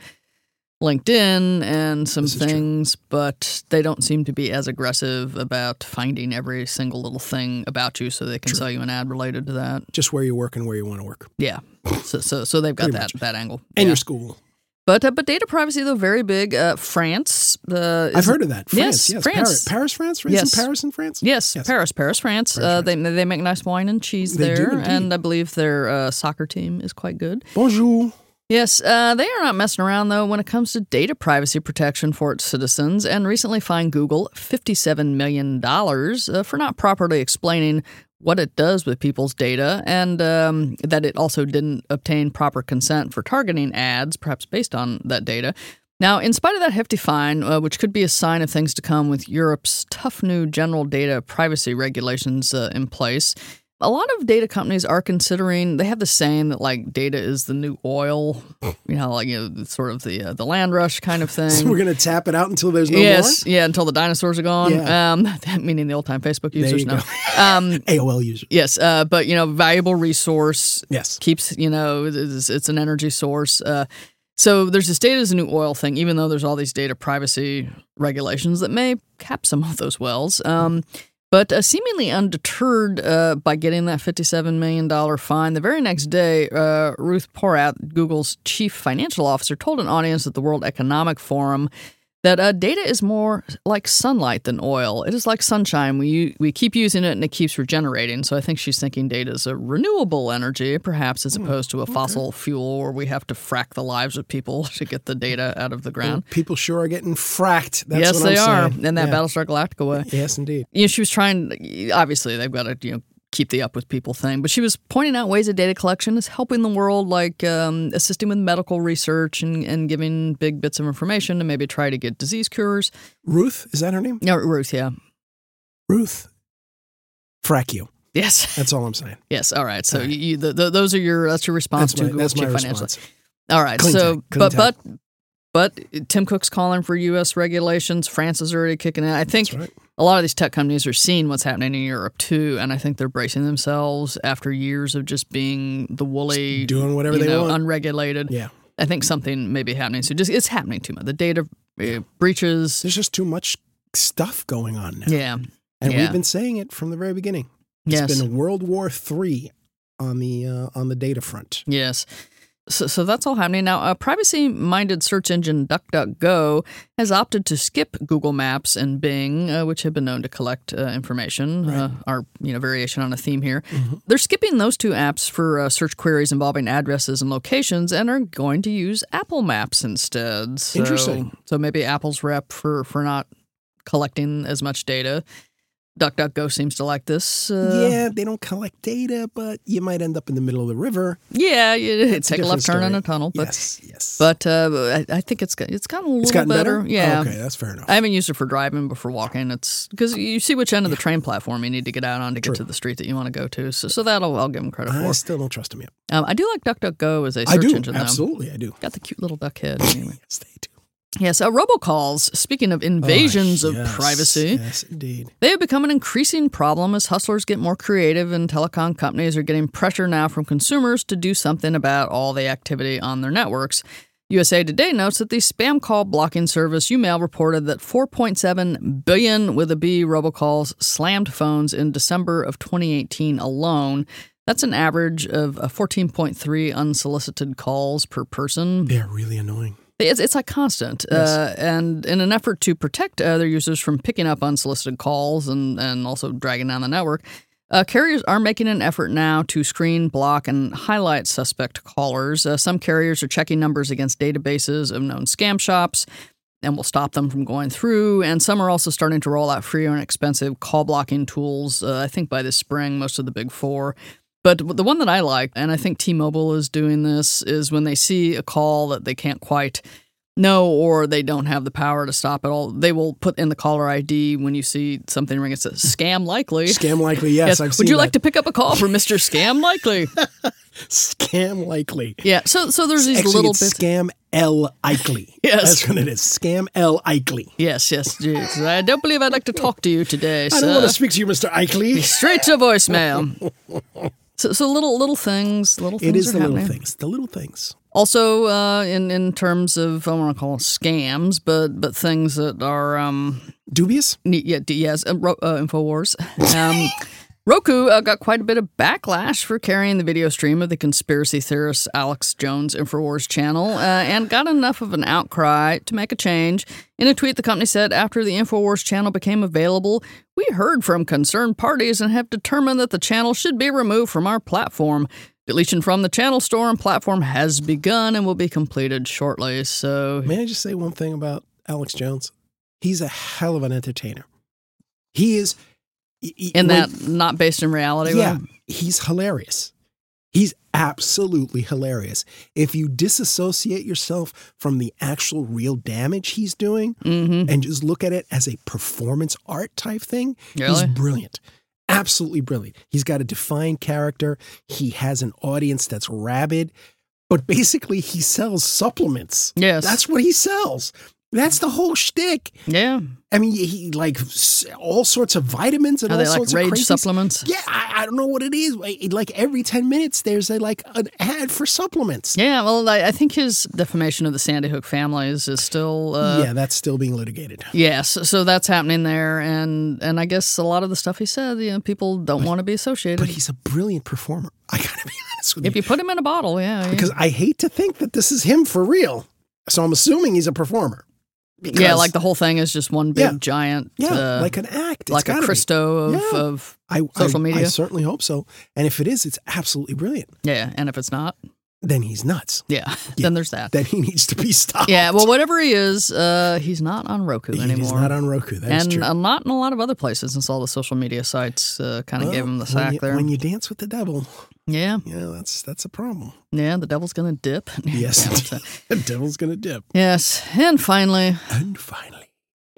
Speaker 2: LinkedIn and some
Speaker 3: This is true.
Speaker 2: things, but they don't seem to be as aggressive about finding every single little thing about you, so they can
Speaker 3: True.
Speaker 2: sell you an ad related to that.
Speaker 3: Just where you work and where you want to work.
Speaker 2: Yeah. So, so, so they've got
Speaker 3: Pretty
Speaker 2: that, that angle.
Speaker 3: And
Speaker 2: Yeah.
Speaker 3: your school.
Speaker 2: But uh, but data privacy though very big. Uh, France, the
Speaker 3: I've heard of that.
Speaker 2: Yes,
Speaker 3: France. Yes,
Speaker 2: France.
Speaker 3: Paris, Paris France? Right?
Speaker 2: Yes.
Speaker 3: Isn't Paris in France?
Speaker 2: yes,
Speaker 3: Yes.
Speaker 2: Paris, Paris, France.
Speaker 3: Paris,
Speaker 2: uh, they they make nice wine and cheese
Speaker 3: They do
Speaker 2: there,
Speaker 3: indeed.
Speaker 2: and I believe their uh, soccer team is quite good.
Speaker 3: Bonjour.
Speaker 2: Yes, uh, they are not messing around though when it comes to data privacy protection for its citizens, and recently fined Google fifty seven million dollars uh, for not properly explaining what it does with people's data, and um, that it also didn't obtain proper consent for targeting ads, perhaps based on that data. Now, in spite of that hefty fine, uh, which could be a sign of things to come with Europe's tough new general data privacy regulations uh, in place, a lot of data companies are considering. They have the saying that like data is the new oil, you know, like you know, sort of the uh, the land rush kind of thing.
Speaker 3: So we're going to tap it out until there's no
Speaker 2: yes, yeah, until the dinosaurs are gone. Um, meaning the old time Facebook
Speaker 3: more? There
Speaker 2: users
Speaker 3: you go.
Speaker 2: now. Um,
Speaker 3: AOL user.
Speaker 2: yes, uh, but you know, valuable resource
Speaker 3: Yes.
Speaker 2: keeps you know it's, it's an energy source uh, so there's this data as a new oil thing even though there's all these data privacy regulations that may cap some of those wells um, but uh, seemingly undeterred uh, by getting that $57 million fine the very next day uh, ruth porat google's chief financial officer told an audience at the world economic forum that uh, data is more like sunlight than oil. It is like sunshine. We u- we keep using it and it keeps regenerating. So I think she's thinking data is a renewable energy, perhaps
Speaker 3: Hmm.
Speaker 2: as opposed to a fossil fuel where we have to frack the lives of people to get the data out of the ground.
Speaker 3: People sure are getting fracked. That's
Speaker 2: yes,
Speaker 3: what
Speaker 2: they
Speaker 3: I'm
Speaker 2: are
Speaker 3: saying.
Speaker 2: in that
Speaker 3: Yeah.
Speaker 2: Battlestar Galactica way.
Speaker 3: Yes, indeed.
Speaker 2: You know, she was trying. Obviously, they've got to you know keep the up with people thing, but she was pointing out ways that data collection is helping the world, like um, assisting with medical research and and giving big bits of information to maybe try to get disease cures.
Speaker 3: Ruth, is that her name?
Speaker 2: No, Ruth, yeah.
Speaker 3: Ruth. Frack you.
Speaker 2: Yes.
Speaker 3: That's all I'm saying.
Speaker 2: Yes. All right. So
Speaker 3: All right.
Speaker 2: You, you, th th those are your that's your response
Speaker 3: That's
Speaker 2: to
Speaker 3: my,
Speaker 2: Google's
Speaker 3: that's my
Speaker 2: chief financial.
Speaker 3: response.
Speaker 2: All right.
Speaker 3: Clean
Speaker 2: so,
Speaker 3: tech, clean
Speaker 2: but
Speaker 3: tech.
Speaker 2: but but Tim Cook's calling for U.S. regulations. France is already kicking it. I think
Speaker 3: That's right.
Speaker 2: a lot of these tech companies are seeing what's happening in Europe too, and I think they're bracing themselves after years of just being the woolly,
Speaker 3: Doing whatever
Speaker 2: you
Speaker 3: they
Speaker 2: know, um,
Speaker 3: want.
Speaker 2: unregulated.
Speaker 3: yeah.
Speaker 2: I think something may be happening. So just it's happening too much. The data uh, breaches.
Speaker 3: There's just too much stuff going on now.
Speaker 2: Yeah.
Speaker 3: And
Speaker 2: yeah.
Speaker 3: we've been saying it from the very beginning. It's
Speaker 2: yes.
Speaker 3: been World War III on the uh, on the data front.
Speaker 2: Yes. So, so that's all happening. Now, a privacy minded search engine DuckDuckGo has opted to skip Google Maps and Bing, uh, which have been known to collect uh, information, uh, our you know, variation on a theme here.
Speaker 3: Mm-hmm.
Speaker 2: They're skipping those two apps for uh, search queries involving addresses and locations and are going to use Apple Maps instead. So,
Speaker 3: Interesting.
Speaker 2: So maybe Apple's rep for, for not collecting as much data. DuckDuckGo seems to like this. Uh,
Speaker 3: yeah, they don't collect data, but you might end up in the middle of the river.
Speaker 2: Yeah, you
Speaker 3: a
Speaker 2: take a
Speaker 3: different
Speaker 2: left turn in
Speaker 3: story.
Speaker 2: a tunnel. But
Speaker 3: yes, yes.
Speaker 2: But uh, I, I think it's got, it's gotten a little
Speaker 3: it's gotten
Speaker 2: better.
Speaker 3: better.
Speaker 2: Yeah.
Speaker 3: Oh, okay, that's fair enough.
Speaker 2: I haven't used it for driving, but for walking, it's because you see which end of the train platform you need to get out on to get to the street that you want to go to. So, so that'll I'll give them credit
Speaker 3: I
Speaker 2: for.
Speaker 3: still don't trust them yet.
Speaker 2: Um, I do like DuckDuckGo as a search
Speaker 3: I do
Speaker 2: engine, though.
Speaker 3: absolutely. I do.
Speaker 2: Got the cute little duck head. Anyway.
Speaker 3: Yes, they do.
Speaker 2: yes, uh, robocalls. Speaking of invasions
Speaker 3: Oh,
Speaker 2: of
Speaker 3: yes,
Speaker 2: privacy,
Speaker 3: Yes, indeed.
Speaker 2: they have become an increasing problem as hustlers get more creative and telecom companies are getting pressure now from consumers to do something about all the activity on their networks. USA Today notes that the spam call blocking service Umail reported that 4.7 billion with a B robocalls slammed phones in December of 2018 alone. That's an average of uh, 14.3 unsolicited calls per person.
Speaker 3: They're really annoying.
Speaker 2: It's, it's like constant. Uh, and in an effort to protect other users from picking up unsolicited calls and, and also dragging down the network, Uh, carriers are making an effort now to screen, block, and highlight suspect callers. Uh, some carriers are checking numbers against databases of known scam shops and will stop them from going through. And some are also starting to roll out free and expensive call blocking tools. Uh, I think by this spring, most of the big four. But the one that I like, and I think T Mobile is doing this, is when they see a call that they can't quite know or they don't have the power to stop it all, they will put in the caller ID when you see something ring. It says scam likely.
Speaker 3: Scam likely, yes, I've
Speaker 2: Would
Speaker 3: seen
Speaker 2: you
Speaker 3: that.
Speaker 2: like to pick up a call from Mr. Scam Likely?
Speaker 3: Scam likely.
Speaker 2: Yeah. So so there's these
Speaker 3: Actually,
Speaker 2: little
Speaker 3: it's
Speaker 2: bits.
Speaker 3: scam L Ikely.
Speaker 2: Yes.
Speaker 3: That's what it is. Scam L Ikely.
Speaker 2: yes, yes. Geez. I don't believe I'd like to talk to you today.
Speaker 3: I
Speaker 2: sir.
Speaker 3: don't want to speak to you, Mr. Ikely.
Speaker 2: Straight to voicemail. So, so little little things, little things
Speaker 3: It is
Speaker 2: are
Speaker 3: the
Speaker 2: happening.
Speaker 3: little things. The little things.
Speaker 2: Also, uh, in in terms of I don't want to call them scams, but but things that are um,
Speaker 3: Dubious?
Speaker 2: Ne- Yeah, D- yes, um, Ro- uh, Infowars. Um, Roku uh, got quite a bit of backlash for carrying the video stream of the conspiracy theorist Alex Jones Infowars channel, uh, and got enough of an outcry to make a change. In a tweet, the company said after the Infowars channel became available, we heard from concerned parties and have determined that the channel should be removed from our platform. Deletion from the channel store and platform has begun and will be completed shortly. So,
Speaker 3: May I just say one thing about Alex Jones? He's a hell of an entertainer. He is. y- y-
Speaker 2: in
Speaker 3: when-
Speaker 2: that not based in reality,
Speaker 3: Yeah,
Speaker 2: way?
Speaker 3: he's hilarious. He's absolutely hilarious. If you disassociate yourself from the actual real damage he's doing
Speaker 2: Mhm.
Speaker 3: and just look at it as a performance art type thing, he's
Speaker 2: Really?
Speaker 3: brilliant. Absolutely brilliant. He's got a defined character. He has an audience that's rabid, but basically he sells supplements.
Speaker 2: Yes.
Speaker 3: That's what he sells. That's the whole shtick.
Speaker 2: Yeah.
Speaker 3: I mean, he like s- all sorts of vitamins and
Speaker 2: Are
Speaker 3: all
Speaker 2: they like
Speaker 3: sorts of
Speaker 2: rage
Speaker 3: crazy
Speaker 2: supplements?
Speaker 3: yeah, I, I don't know what it is. Like- Like every ten minutes, there's a like an ad for supplements.
Speaker 2: Yeah, well, I, I think his defamation of the Sandy Hook family is, is still. Uh,
Speaker 3: yeah, that's still being litigated.
Speaker 2: Yes, so that's happening there, and and I guess a lot of the stuff he said, you know, people don't want to be associated.
Speaker 3: But he's a brilliant performer. I gotta be honest with
Speaker 2: if
Speaker 3: you,
Speaker 2: you put him in a bottle, yeah,
Speaker 3: because I hate to think that this is him for real. So I'm assuming he's a performer.
Speaker 2: yeah, yeah, like the whole thing is just one big
Speaker 3: Yeah.
Speaker 2: giant,
Speaker 3: yeah,
Speaker 2: uh,
Speaker 3: like an act, It's
Speaker 2: like a
Speaker 3: gotta be.
Speaker 2: Christo of,
Speaker 3: Yeah.
Speaker 2: of
Speaker 3: I,
Speaker 2: social
Speaker 3: I- I
Speaker 2: media.
Speaker 3: certainly hope so. And if it is, it's absolutely brilliant.
Speaker 2: yeah, and if it's not,
Speaker 3: Then he's nuts.
Speaker 2: yeah, then there's that.
Speaker 3: Then he needs to be stopped.
Speaker 2: yeah, well, whatever he is, uh, he's not on Roku
Speaker 3: He's
Speaker 2: anymore.
Speaker 3: not on Roku. That's
Speaker 2: and
Speaker 3: true.
Speaker 2: uh, not in a lot of other places since all the social media sites uh, kind of
Speaker 3: Well,
Speaker 2: gave him the
Speaker 3: when
Speaker 2: sack
Speaker 3: you-
Speaker 2: there.
Speaker 3: When you dance with the devil,
Speaker 2: yeah,
Speaker 3: yeah, that's that's a problem.
Speaker 2: yeah, the devil's gonna dip.
Speaker 3: Yes,
Speaker 2: Yeah, that's it.
Speaker 3: the devil's gonna dip.
Speaker 2: Yes, and finally,
Speaker 3: And finally,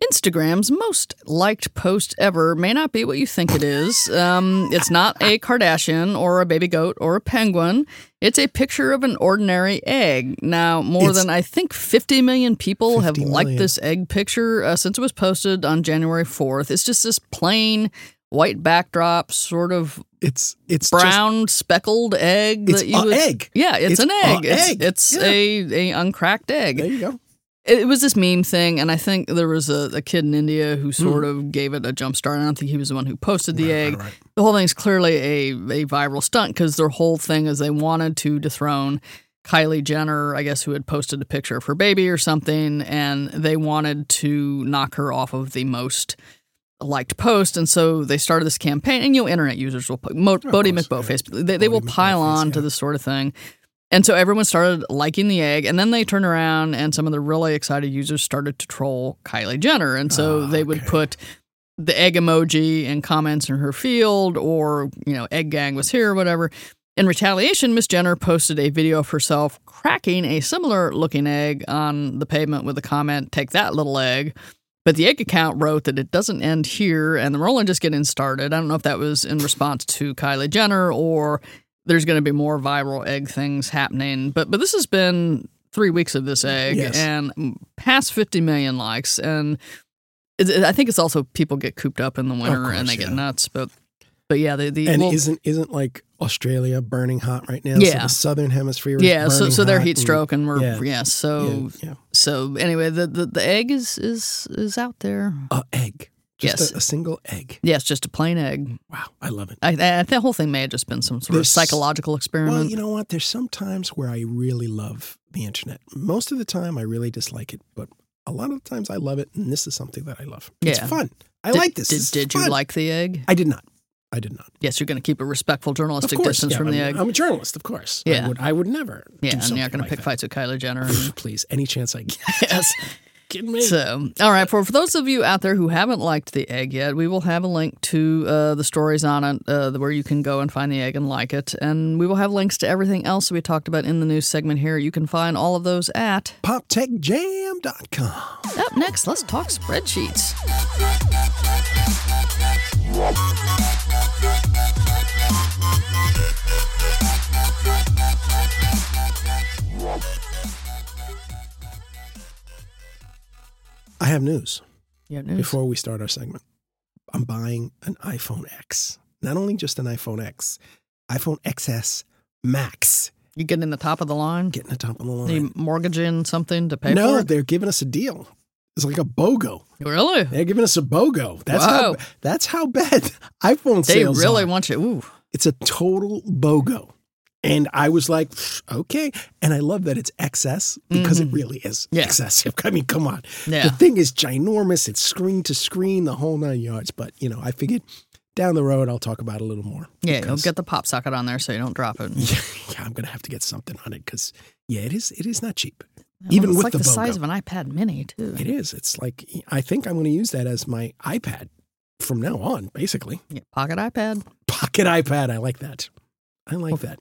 Speaker 2: Instagram's most liked post ever may not be what you think it is. Um, it's not a Kardashian or a baby goat or a penguin. It's a picture of an ordinary egg. Now, more
Speaker 3: It's-
Speaker 2: than I think 50 million people have
Speaker 3: 50
Speaker 2: liked
Speaker 3: million.
Speaker 2: this egg picture uh, since it was posted on January 4th. It's just this plain white backdrop, sort of
Speaker 3: it's it's
Speaker 2: brown speckled egg
Speaker 3: Just,
Speaker 2: that
Speaker 3: it's
Speaker 2: you
Speaker 3: an
Speaker 2: would.
Speaker 3: egg.
Speaker 2: Yeah, it's,
Speaker 3: It's
Speaker 2: an
Speaker 3: a
Speaker 2: egg. It's,
Speaker 3: egg.
Speaker 2: it's
Speaker 3: Yeah.
Speaker 2: a, a uncracked egg
Speaker 3: There you go.
Speaker 2: it, it was this meme thing, and I think there was a, a kid in India who sort of gave it a jump start. I don't think he was the one who posted the egg.
Speaker 3: Hmm. right.
Speaker 2: The whole thing's clearly a, a viral stunt because their whole thing is they wanted to dethrone Kylie Jenner, I guess, who had posted a picture of her baby or something, and they wanted to knock her off of the most liked post. And so they started this campaign, and you know, internet users will, po- Mo- Bodie
Speaker 3: course, yeah.
Speaker 2: McBoface, they, they will
Speaker 3: Bodie
Speaker 2: pile
Speaker 3: McBoface,
Speaker 2: on to
Speaker 3: yeah.
Speaker 2: this sort of thing. And so everyone started liking the egg, and then they turned around, and some of the really excited users started to troll Kylie Jenner. And so
Speaker 3: Ah,
Speaker 2: they would
Speaker 3: okay.
Speaker 2: put the egg emoji and comments in her field, or, you know, Egg Gang was here, or whatever. In retaliation, Miss Jenner posted a video of herself cracking a similar looking egg on the pavement with the comment, Take that little egg. But the egg account wrote that it doesn't end here and we're only just getting started. I don't know if that was in response to Kylie Jenner or there's going to be more viral egg things happening. But but this has been three weeks of this egg
Speaker 3: Yes.
Speaker 2: and past 50 million likes. And it, it- I think it's also people get cooped up in the winter and
Speaker 3: course,
Speaker 2: they get
Speaker 3: yeah.
Speaker 2: nuts. But but yeah, the, the
Speaker 3: And
Speaker 2: well-
Speaker 3: isn't isn't like Australia burning hot right now? so
Speaker 2: Yeah.
Speaker 3: the southern hemisphere. Is
Speaker 2: yeah, so
Speaker 3: burning
Speaker 2: so their
Speaker 3: hot
Speaker 2: heat
Speaker 3: and-
Speaker 2: stroke and we're yeah,
Speaker 3: yeah.
Speaker 2: so
Speaker 3: Yeah, yeah.
Speaker 2: so anyway, the, the the egg is is is out there.
Speaker 3: a egg. Just
Speaker 2: Yes.
Speaker 3: a, a single egg.
Speaker 2: Yes, just a plain egg.
Speaker 3: Wow, I love it.
Speaker 2: I, I, that whole thing may have just been some sort
Speaker 3: There's-
Speaker 2: of psychological
Speaker 3: Well,
Speaker 2: experiment.
Speaker 3: you know what? There's some times where I really love the internet. Most of the time, I really dislike it, but a lot of the times I love it, and this is something that I love. It's
Speaker 2: Yeah.
Speaker 3: fun. I
Speaker 2: Did-
Speaker 3: like this.
Speaker 2: Did,
Speaker 3: This is
Speaker 2: did you
Speaker 3: fun.
Speaker 2: like the egg?
Speaker 3: I did not. I did not.
Speaker 2: Yes, you're going to keep a respectful journalistic
Speaker 3: of course,
Speaker 2: distance
Speaker 3: yeah,
Speaker 2: from the
Speaker 3: I'm,
Speaker 2: egg.
Speaker 3: I'm a journalist, of course.
Speaker 2: Yeah.
Speaker 3: I would, I would never. do
Speaker 2: yeah, and you're
Speaker 3: something
Speaker 2: not going
Speaker 3: like
Speaker 2: to pick
Speaker 3: that.
Speaker 2: fights with Kylie Jenner. and-
Speaker 3: Please, any chance I get.
Speaker 2: yes.
Speaker 3: Kidding me?
Speaker 2: So, all right, for, for those of you out there who haven't liked the egg yet, we will have a link to uh, the stories on it, uh, where you can go and find the egg and like it. And we will have links to everything else that we talked about in the news segment here. You can find all of those at.
Speaker 3: PopTechJam.com.
Speaker 2: Up next, let's talk spreadsheets.
Speaker 3: I have news
Speaker 2: You have news?
Speaker 3: before we start our segment. I'm buying an iPhone X. Not only just an iPhone X, iPhone XS Max.
Speaker 2: You getting in the top of the line?
Speaker 3: Getting the top of the
Speaker 2: Are
Speaker 3: line.
Speaker 2: you mortgaging something to pay
Speaker 3: no,
Speaker 2: for it?
Speaker 3: they're giving us a deal. It's like a BOGO.
Speaker 2: Really?
Speaker 3: They're giving us a BOGO. That's
Speaker 2: Wow.
Speaker 3: how that's how bad iPhone
Speaker 2: They
Speaker 3: sales
Speaker 2: really
Speaker 3: are.
Speaker 2: want you. Ooh.
Speaker 3: It's a total BOGO. And I was like, okay. And I love that it's excess because it really is
Speaker 2: Mm-hmm. Yeah.
Speaker 3: excessive. I mean, come on.
Speaker 2: Yeah.
Speaker 3: The thing is ginormous. It's screen to screen, the whole nine yards. But, you know, I figured down the road, I'll talk about it a little more.
Speaker 2: Yeah, you'll
Speaker 3: because- E-
Speaker 2: get the pop socket on there so you don't drop it.
Speaker 3: Yeah, yeah, I'm going to have to get something on it because, yeah, it is It is not cheap.
Speaker 2: Well,
Speaker 3: Even
Speaker 2: it's
Speaker 3: with
Speaker 2: like
Speaker 3: the
Speaker 2: the size of
Speaker 3: BOGO.
Speaker 2: an iPad mini, too.
Speaker 3: It is. It's like, I think I'm going to use that as my iPad from now on, basically.
Speaker 2: Yeah, pocket iPad.
Speaker 3: Pocket iPad. I like that. I like that.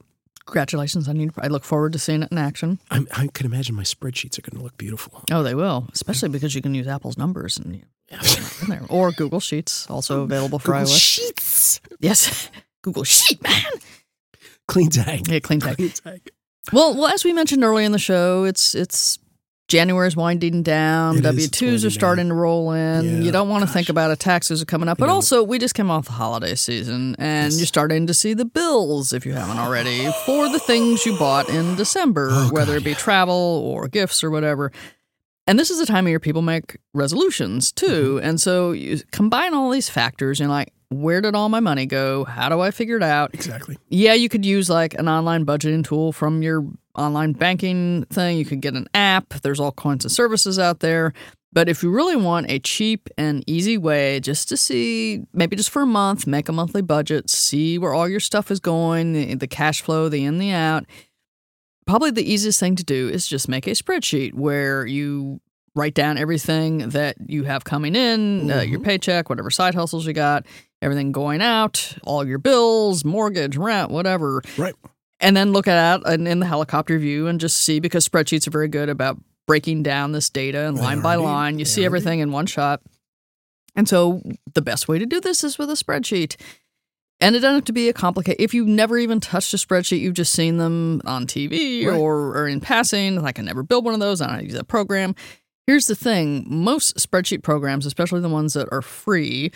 Speaker 2: Congratulations! I need. I look forward to seeing it in action.
Speaker 3: I'm, I can imagine my spreadsheets are going to look beautiful.
Speaker 2: Oh, they will, especially because you can use Apple's numbers and you in there, or Google Sheets, also available for
Speaker 3: Google
Speaker 2: iOS.
Speaker 3: Sheets.
Speaker 2: yes, Google Sheet, man.
Speaker 3: Clean tag.
Speaker 2: Yeah, clean tech.
Speaker 3: Clean tag.
Speaker 2: Well, well, as we mentioned earlier in the show, it's it's January's winding down.
Speaker 3: It is,
Speaker 2: W
Speaker 3: it's
Speaker 2: twos are
Speaker 3: winding
Speaker 2: starting to roll in.
Speaker 3: Yeah,
Speaker 2: you don't want to
Speaker 3: gosh.
Speaker 2: think about it. Taxes are coming up, but
Speaker 3: You don't.
Speaker 2: also we just came off the holiday season, and
Speaker 3: Yes.
Speaker 2: you're starting to see the bills if you haven't already for the things you bought in December,
Speaker 3: Oh,
Speaker 2: whether
Speaker 3: God,
Speaker 2: it be travel or gifts or whatever. And this is the time of year people make resolutions too,
Speaker 3: Mm-hmm.
Speaker 2: and so you combine all these factors and like. Where did all my money go? How do I figure it out?
Speaker 3: Exactly.
Speaker 2: yeah, you could use like an online budgeting tool from your online banking thing. You could get an app. There's all kinds of services out there. But if you really want a cheap and easy way just to see, maybe just for a month, make a monthly budget, see where all your stuff is going, the, the cash flow, the in, the out, probably the easiest thing to do is just make a spreadsheet where you write down everything that you have coming in, uh, your paycheck, whatever side hustles you got, everything going out, all your bills, mortgage, rent, whatever.
Speaker 3: Right.
Speaker 2: And then look at it in, in the helicopter view and just see because spreadsheets are very good about breaking down this data and
Speaker 3: They
Speaker 2: line
Speaker 3: are
Speaker 2: by
Speaker 3: indeed.
Speaker 2: line. You
Speaker 3: They
Speaker 2: see
Speaker 3: are
Speaker 2: everything in one shot. And so the best way to do this is with a spreadsheet. And it doesn't have to be a complicated. If you've never even touched a spreadsheet, you've just seen them on TV
Speaker 3: Right.
Speaker 2: or, or in passing. Like I never build one of those. I don't use that program. Here's the thing: most spreadsheet programs, especially the ones that are free,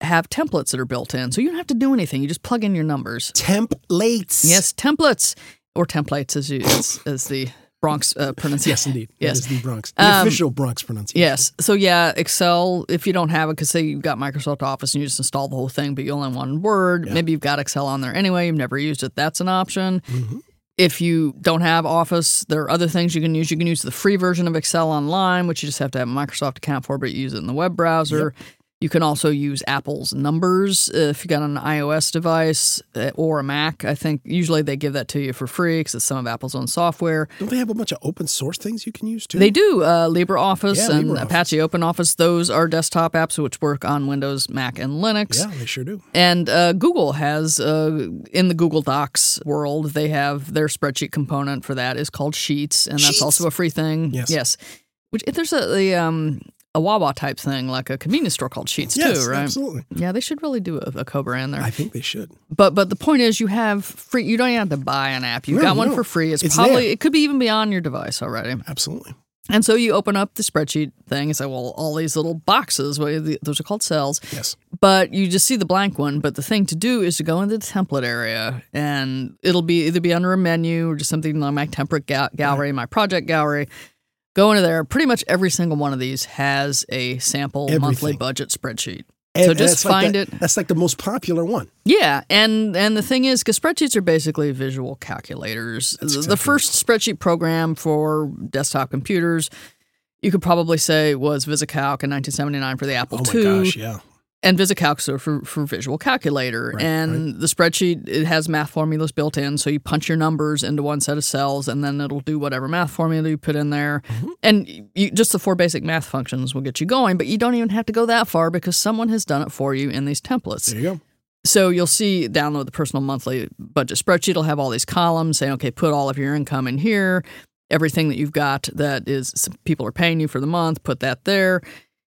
Speaker 2: have templates that are built in, so you don't have to do anything. You just plug in your numbers.
Speaker 3: Templates.
Speaker 2: Yes, templates or templates, as you as, as the Bronx uh, pronunciation.
Speaker 3: Yes, indeed.
Speaker 2: Yes.
Speaker 3: That is the Bronx. The
Speaker 2: Um,
Speaker 3: official Bronx pronunciation.
Speaker 2: Yes. So yeah, Excel. If you don't have it, because say you've got Microsoft Office and you just install the whole thing, but you only want Word.
Speaker 3: Yeah.
Speaker 2: Maybe you've got Excel on there anyway. You've never used it. That's an option.
Speaker 3: Mhm.
Speaker 2: If you don't have Office, there are other things you can use. You can use the free version of Excel online, which you just have to have a Microsoft account for, but you use it in the web browser. You can also use Apple's numbers uh, if you got an iOS device uh, or a Mac. I think usually they give that to you for free because it's some of Apple's own software.
Speaker 3: Don't they have a bunch of open source things you can use too?
Speaker 2: They do. Uh, LibreOffice
Speaker 3: Yeah,
Speaker 2: and
Speaker 3: LibreOffice.
Speaker 2: Apache OpenOffice, those are desktop apps which work on Windows, Mac, and Linux.
Speaker 3: Yeah, they sure do.
Speaker 2: And uh, Google has, uh, in the Google Docs world, they have their spreadsheet component for that is called Sheets, and that's
Speaker 3: Sheets?
Speaker 2: also a free thing.
Speaker 3: Yes.
Speaker 2: Yes. Which if there's a the, um, a Wawa type thing, like a convenience store called Sheets
Speaker 3: yes,
Speaker 2: too, right?
Speaker 3: absolutely.
Speaker 2: Yeah, they should really do a, a co-brand there.
Speaker 3: I think they should.
Speaker 2: But but the point is, you have free. You don't even have to buy an app. You've
Speaker 3: No,
Speaker 2: got one
Speaker 3: no.
Speaker 2: for free. It's,
Speaker 3: It's
Speaker 2: probably
Speaker 3: there.
Speaker 2: it could be even beyond your device already.
Speaker 3: Absolutely.
Speaker 2: And so you open up the spreadsheet thing and say, well, all these little boxes, well, the- those are called cells,
Speaker 3: Yes.
Speaker 2: but you just see the blank one. But the thing to do is to go into the template area and it'll be either be under a menu or just something like my template ga- gallery, my project gallery. Go into there. Pretty much every single one of these has a sample monthly
Speaker 3: Everything.
Speaker 2: budget spreadsheet.
Speaker 3: And- and
Speaker 2: just
Speaker 3: that's like
Speaker 2: find
Speaker 3: that-
Speaker 2: it.
Speaker 3: That's like the most popular one.
Speaker 2: Yeah, and and the thing is, because spreadsheets are basically visual calculators.
Speaker 3: That's
Speaker 2: The-
Speaker 3: exactly
Speaker 2: The first spreadsheet program for desktop computers, you could probably say, was VisiCalc in 1979 for the Apple
Speaker 3: Oh my
Speaker 2: II.
Speaker 3: gosh, yeah.
Speaker 2: and VisiCalc for, for visual calculator.
Speaker 3: Right,
Speaker 2: and the spreadsheet it has math formulas built in, so you punch your numbers into one set of cells, and then it'll do whatever math formula you put in there.
Speaker 3: Mhm.
Speaker 2: And you, just the four basic math functions will get you going, but you don't even have to go that far because someone has done it for you in these templates.
Speaker 3: There you go.
Speaker 2: So you'll see download the personal monthly budget spreadsheet. It'll have all these columns saying, okay, put all of your income in here. Everything that you've got that is some people are paying you for the month, put that there.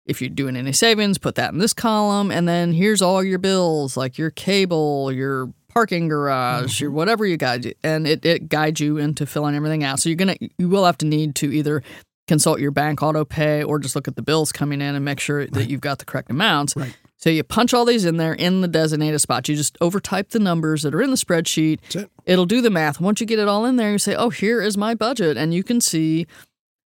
Speaker 2: If you're doing any savings, put that in this column. And then here's all your bills, like your cable, your parking garage, your whatever you got. And it, it guides you into filling everything out. So you're gonna you will have to need to either consult your bank auto pay or just look at the bills coming in and make sure that you've got the correct amounts.
Speaker 3: Right.
Speaker 2: So you punch all these in there in the designated spots. You just overtype the numbers that are in the spreadsheet.
Speaker 3: That's it.
Speaker 2: It'll do the math. Once you get it all in there, you say, "Oh, here is my budget," and you can see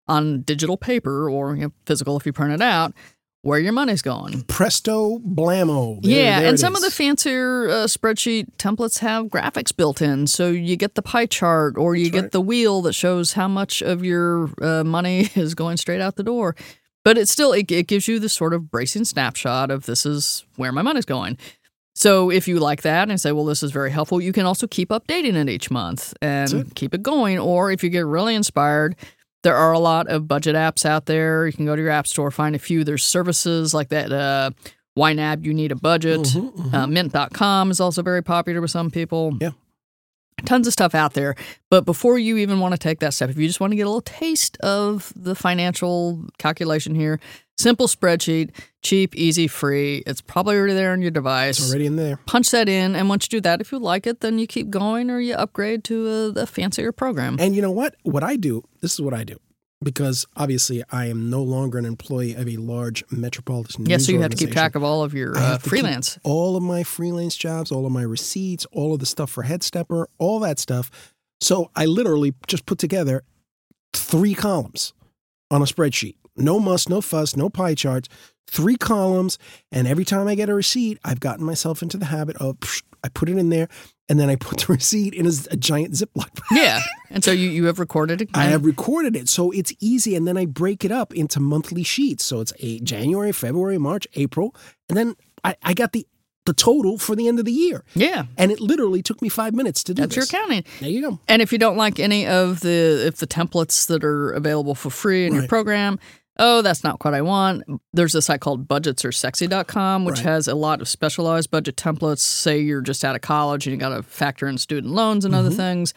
Speaker 2: on digital paper or you know, physical if you print it out where your money's going.
Speaker 3: Presto blammo. There-
Speaker 2: yeah,
Speaker 3: there
Speaker 2: and
Speaker 3: it
Speaker 2: some of the
Speaker 3: is.
Speaker 2: fancier uh, spreadsheet templates have graphics built in, so you get the pie chart or you
Speaker 3: That's
Speaker 2: get
Speaker 3: right.
Speaker 2: the wheel that shows how much of your uh, money is going straight out the door. But it still it, it gives you this sort of bracing snapshot of this is where my money's going. So if you like that and say, well, this is very helpful, you can also keep updating it each month and
Speaker 3: That's it.
Speaker 2: keep it going. Or if you get really inspired, there are a lot of budget apps out there. You can go to your app store, find a few. There's services like that uh, YNAB, You Need a Budget.
Speaker 3: Mhm, mhm.
Speaker 2: Uh, mint.com is also very popular with some people.
Speaker 3: Yeah.
Speaker 2: Tons of stuff out there. But before you even want to take that step, if you just want to get a little taste of the financial calculation here, simple spreadsheet, cheap, easy, free. It's probably already there on your device.
Speaker 3: It's already in there.
Speaker 2: Punch that in. And once you do that, if you like it, then you keep going or you upgrade to a, a fancier program.
Speaker 3: And you know what? What I do, this is what I do. Because obviously I am no longer an employee of a large metropolitan
Speaker 2: Yeah,
Speaker 3: news
Speaker 2: so you have to keep
Speaker 3: organization.
Speaker 2: track of all of your
Speaker 3: I
Speaker 2: uh,
Speaker 3: have to keep
Speaker 2: freelance.
Speaker 3: all of my freelance jobs, all of my receipts, all of the stuff for Head Stepper, all that stuff. So I literally just put together three columns on a spreadsheet. No muss, no fuss, no pie charts, three columns. And every time I get a receipt, I've gotten myself into the habit of psh, I put it in there and then I put the receipt in a, z- a giant Ziploc bag.
Speaker 2: yeah. And so you, you have recorded it.
Speaker 3: I have recorded it, so it's easy. And then I break it up into monthly sheets. So it's a January, February, March, April, and then I, I got the the total for the end of the year.
Speaker 2: Yeah.
Speaker 3: And it literally took me five minutes to do
Speaker 2: That's your
Speaker 3: this.
Speaker 2: accounting.
Speaker 3: There you go.
Speaker 2: And if you don't like any of the if the templates that are available for free in your
Speaker 3: Right.
Speaker 2: program, oh, that's not what I want. There's a site called budgetsaresexy.com which
Speaker 3: Right.
Speaker 2: has a lot of specialized budget templates. Say you're just out of college and you got to factor in student loans and other
Speaker 3: Mhm.
Speaker 2: things.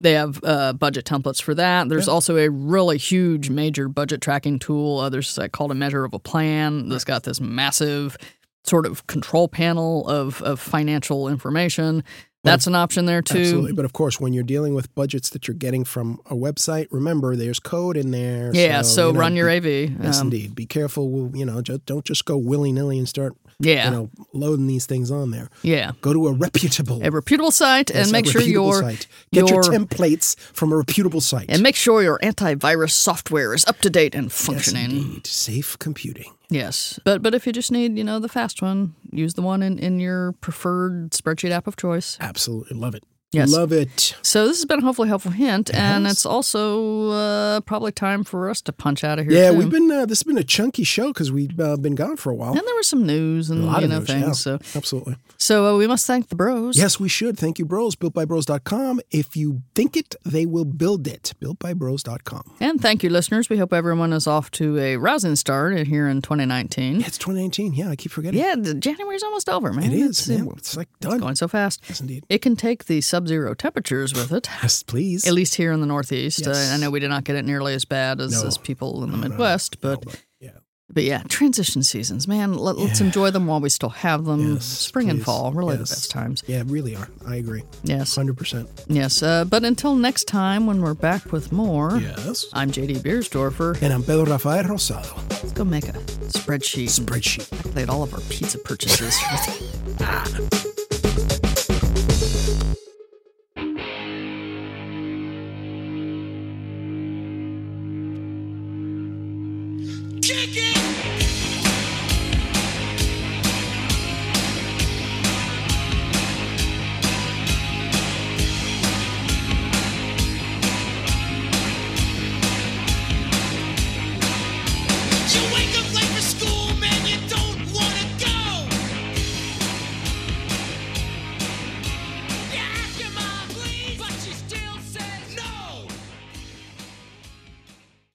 Speaker 2: They have uh, budget templates for that. There's
Speaker 3: Yeah.
Speaker 2: also a really huge major budget tracking tool. Uh, there's a called a measure of a plan that's got this massive sort of control panel of, of financial information. That's an option there too.
Speaker 3: Absolutely. But of course, when you're dealing with budgets that you're getting from a website, remember there's code in there.
Speaker 2: Yeah, so,
Speaker 3: you know,
Speaker 2: run your
Speaker 3: be-
Speaker 2: AV.
Speaker 3: Yes,
Speaker 2: um,
Speaker 3: indeed. Be careful. Well, You know, just, don't just go willy nilly and start,
Speaker 2: yeah,
Speaker 3: you know, loading these things on there.
Speaker 2: yeah.
Speaker 3: Go to a reputable
Speaker 2: A reputable site,
Speaker 3: yes,
Speaker 2: and
Speaker 3: a
Speaker 2: make sure
Speaker 3: reputable
Speaker 2: your
Speaker 3: site. get your,
Speaker 2: your-
Speaker 3: templates from a reputable site.
Speaker 2: and make sure your antivirus software is up to date and
Speaker 3: Yes,
Speaker 2: functioning.
Speaker 3: indeed. Safe computing.
Speaker 2: Yes, but but if you just need you know the fast one, use the one in in your preferred spreadsheet app of choice.
Speaker 3: Absolutely love it.
Speaker 2: Yes.
Speaker 3: Love it.
Speaker 2: So this has been a hopefully helpful hint, and
Speaker 3: has.
Speaker 2: it's also uh, probably time for us to punch out of here.
Speaker 3: Yeah,
Speaker 2: too.
Speaker 3: we've been uh, this has been a chunky show because we've uh, been gone for a while.
Speaker 2: And there was some news and
Speaker 3: a lot
Speaker 2: you
Speaker 3: of
Speaker 2: know
Speaker 3: news,
Speaker 2: things.
Speaker 3: yeah.
Speaker 2: So
Speaker 3: Absolutely.
Speaker 2: so uh, we must thank the bros.
Speaker 3: Yes, we should. Thank you, bros. Builtbybros.com. If you think it, they will build it. Builtbybros.com.
Speaker 2: And thank you, listeners. We hope everyone is off to a rousing start here in 2019.
Speaker 3: Yeah, it's 2019. Yeah, I keep forgetting.
Speaker 2: Yeah, the- January's almost over, man.
Speaker 3: it is.
Speaker 2: It's,
Speaker 3: man. It's like done.
Speaker 2: going so fast.
Speaker 3: Yes, indeed.
Speaker 2: It can take the sub-zero temperatures with it.
Speaker 3: Yes, please.
Speaker 2: At least here in the Northeast,
Speaker 3: Yes.
Speaker 2: I, I know we did not get it nearly as bad as,
Speaker 3: No.
Speaker 2: as people in the
Speaker 3: Uh, No, no, no.
Speaker 2: Midwest, but
Speaker 3: but, yeah.
Speaker 2: but yeah, transition seasons, man. Let, us
Speaker 3: Yeah.
Speaker 2: enjoy them while we still have them.
Speaker 3: Yes,
Speaker 2: Spring and
Speaker 3: please.
Speaker 2: fall, really
Speaker 3: Yes.
Speaker 2: the best times.
Speaker 3: Yeah, really are. I agree.
Speaker 2: Yes,
Speaker 3: 100%.
Speaker 2: yes. Uh, but until next time, when we're back with more,
Speaker 3: Yes.
Speaker 2: I'm JD Beersdorfer.
Speaker 3: And I'm Pedro Rafael Rosado.
Speaker 2: Let's go make a spreadsheet.
Speaker 3: Spreadsheet.
Speaker 2: Calculate all of our pizza purchases.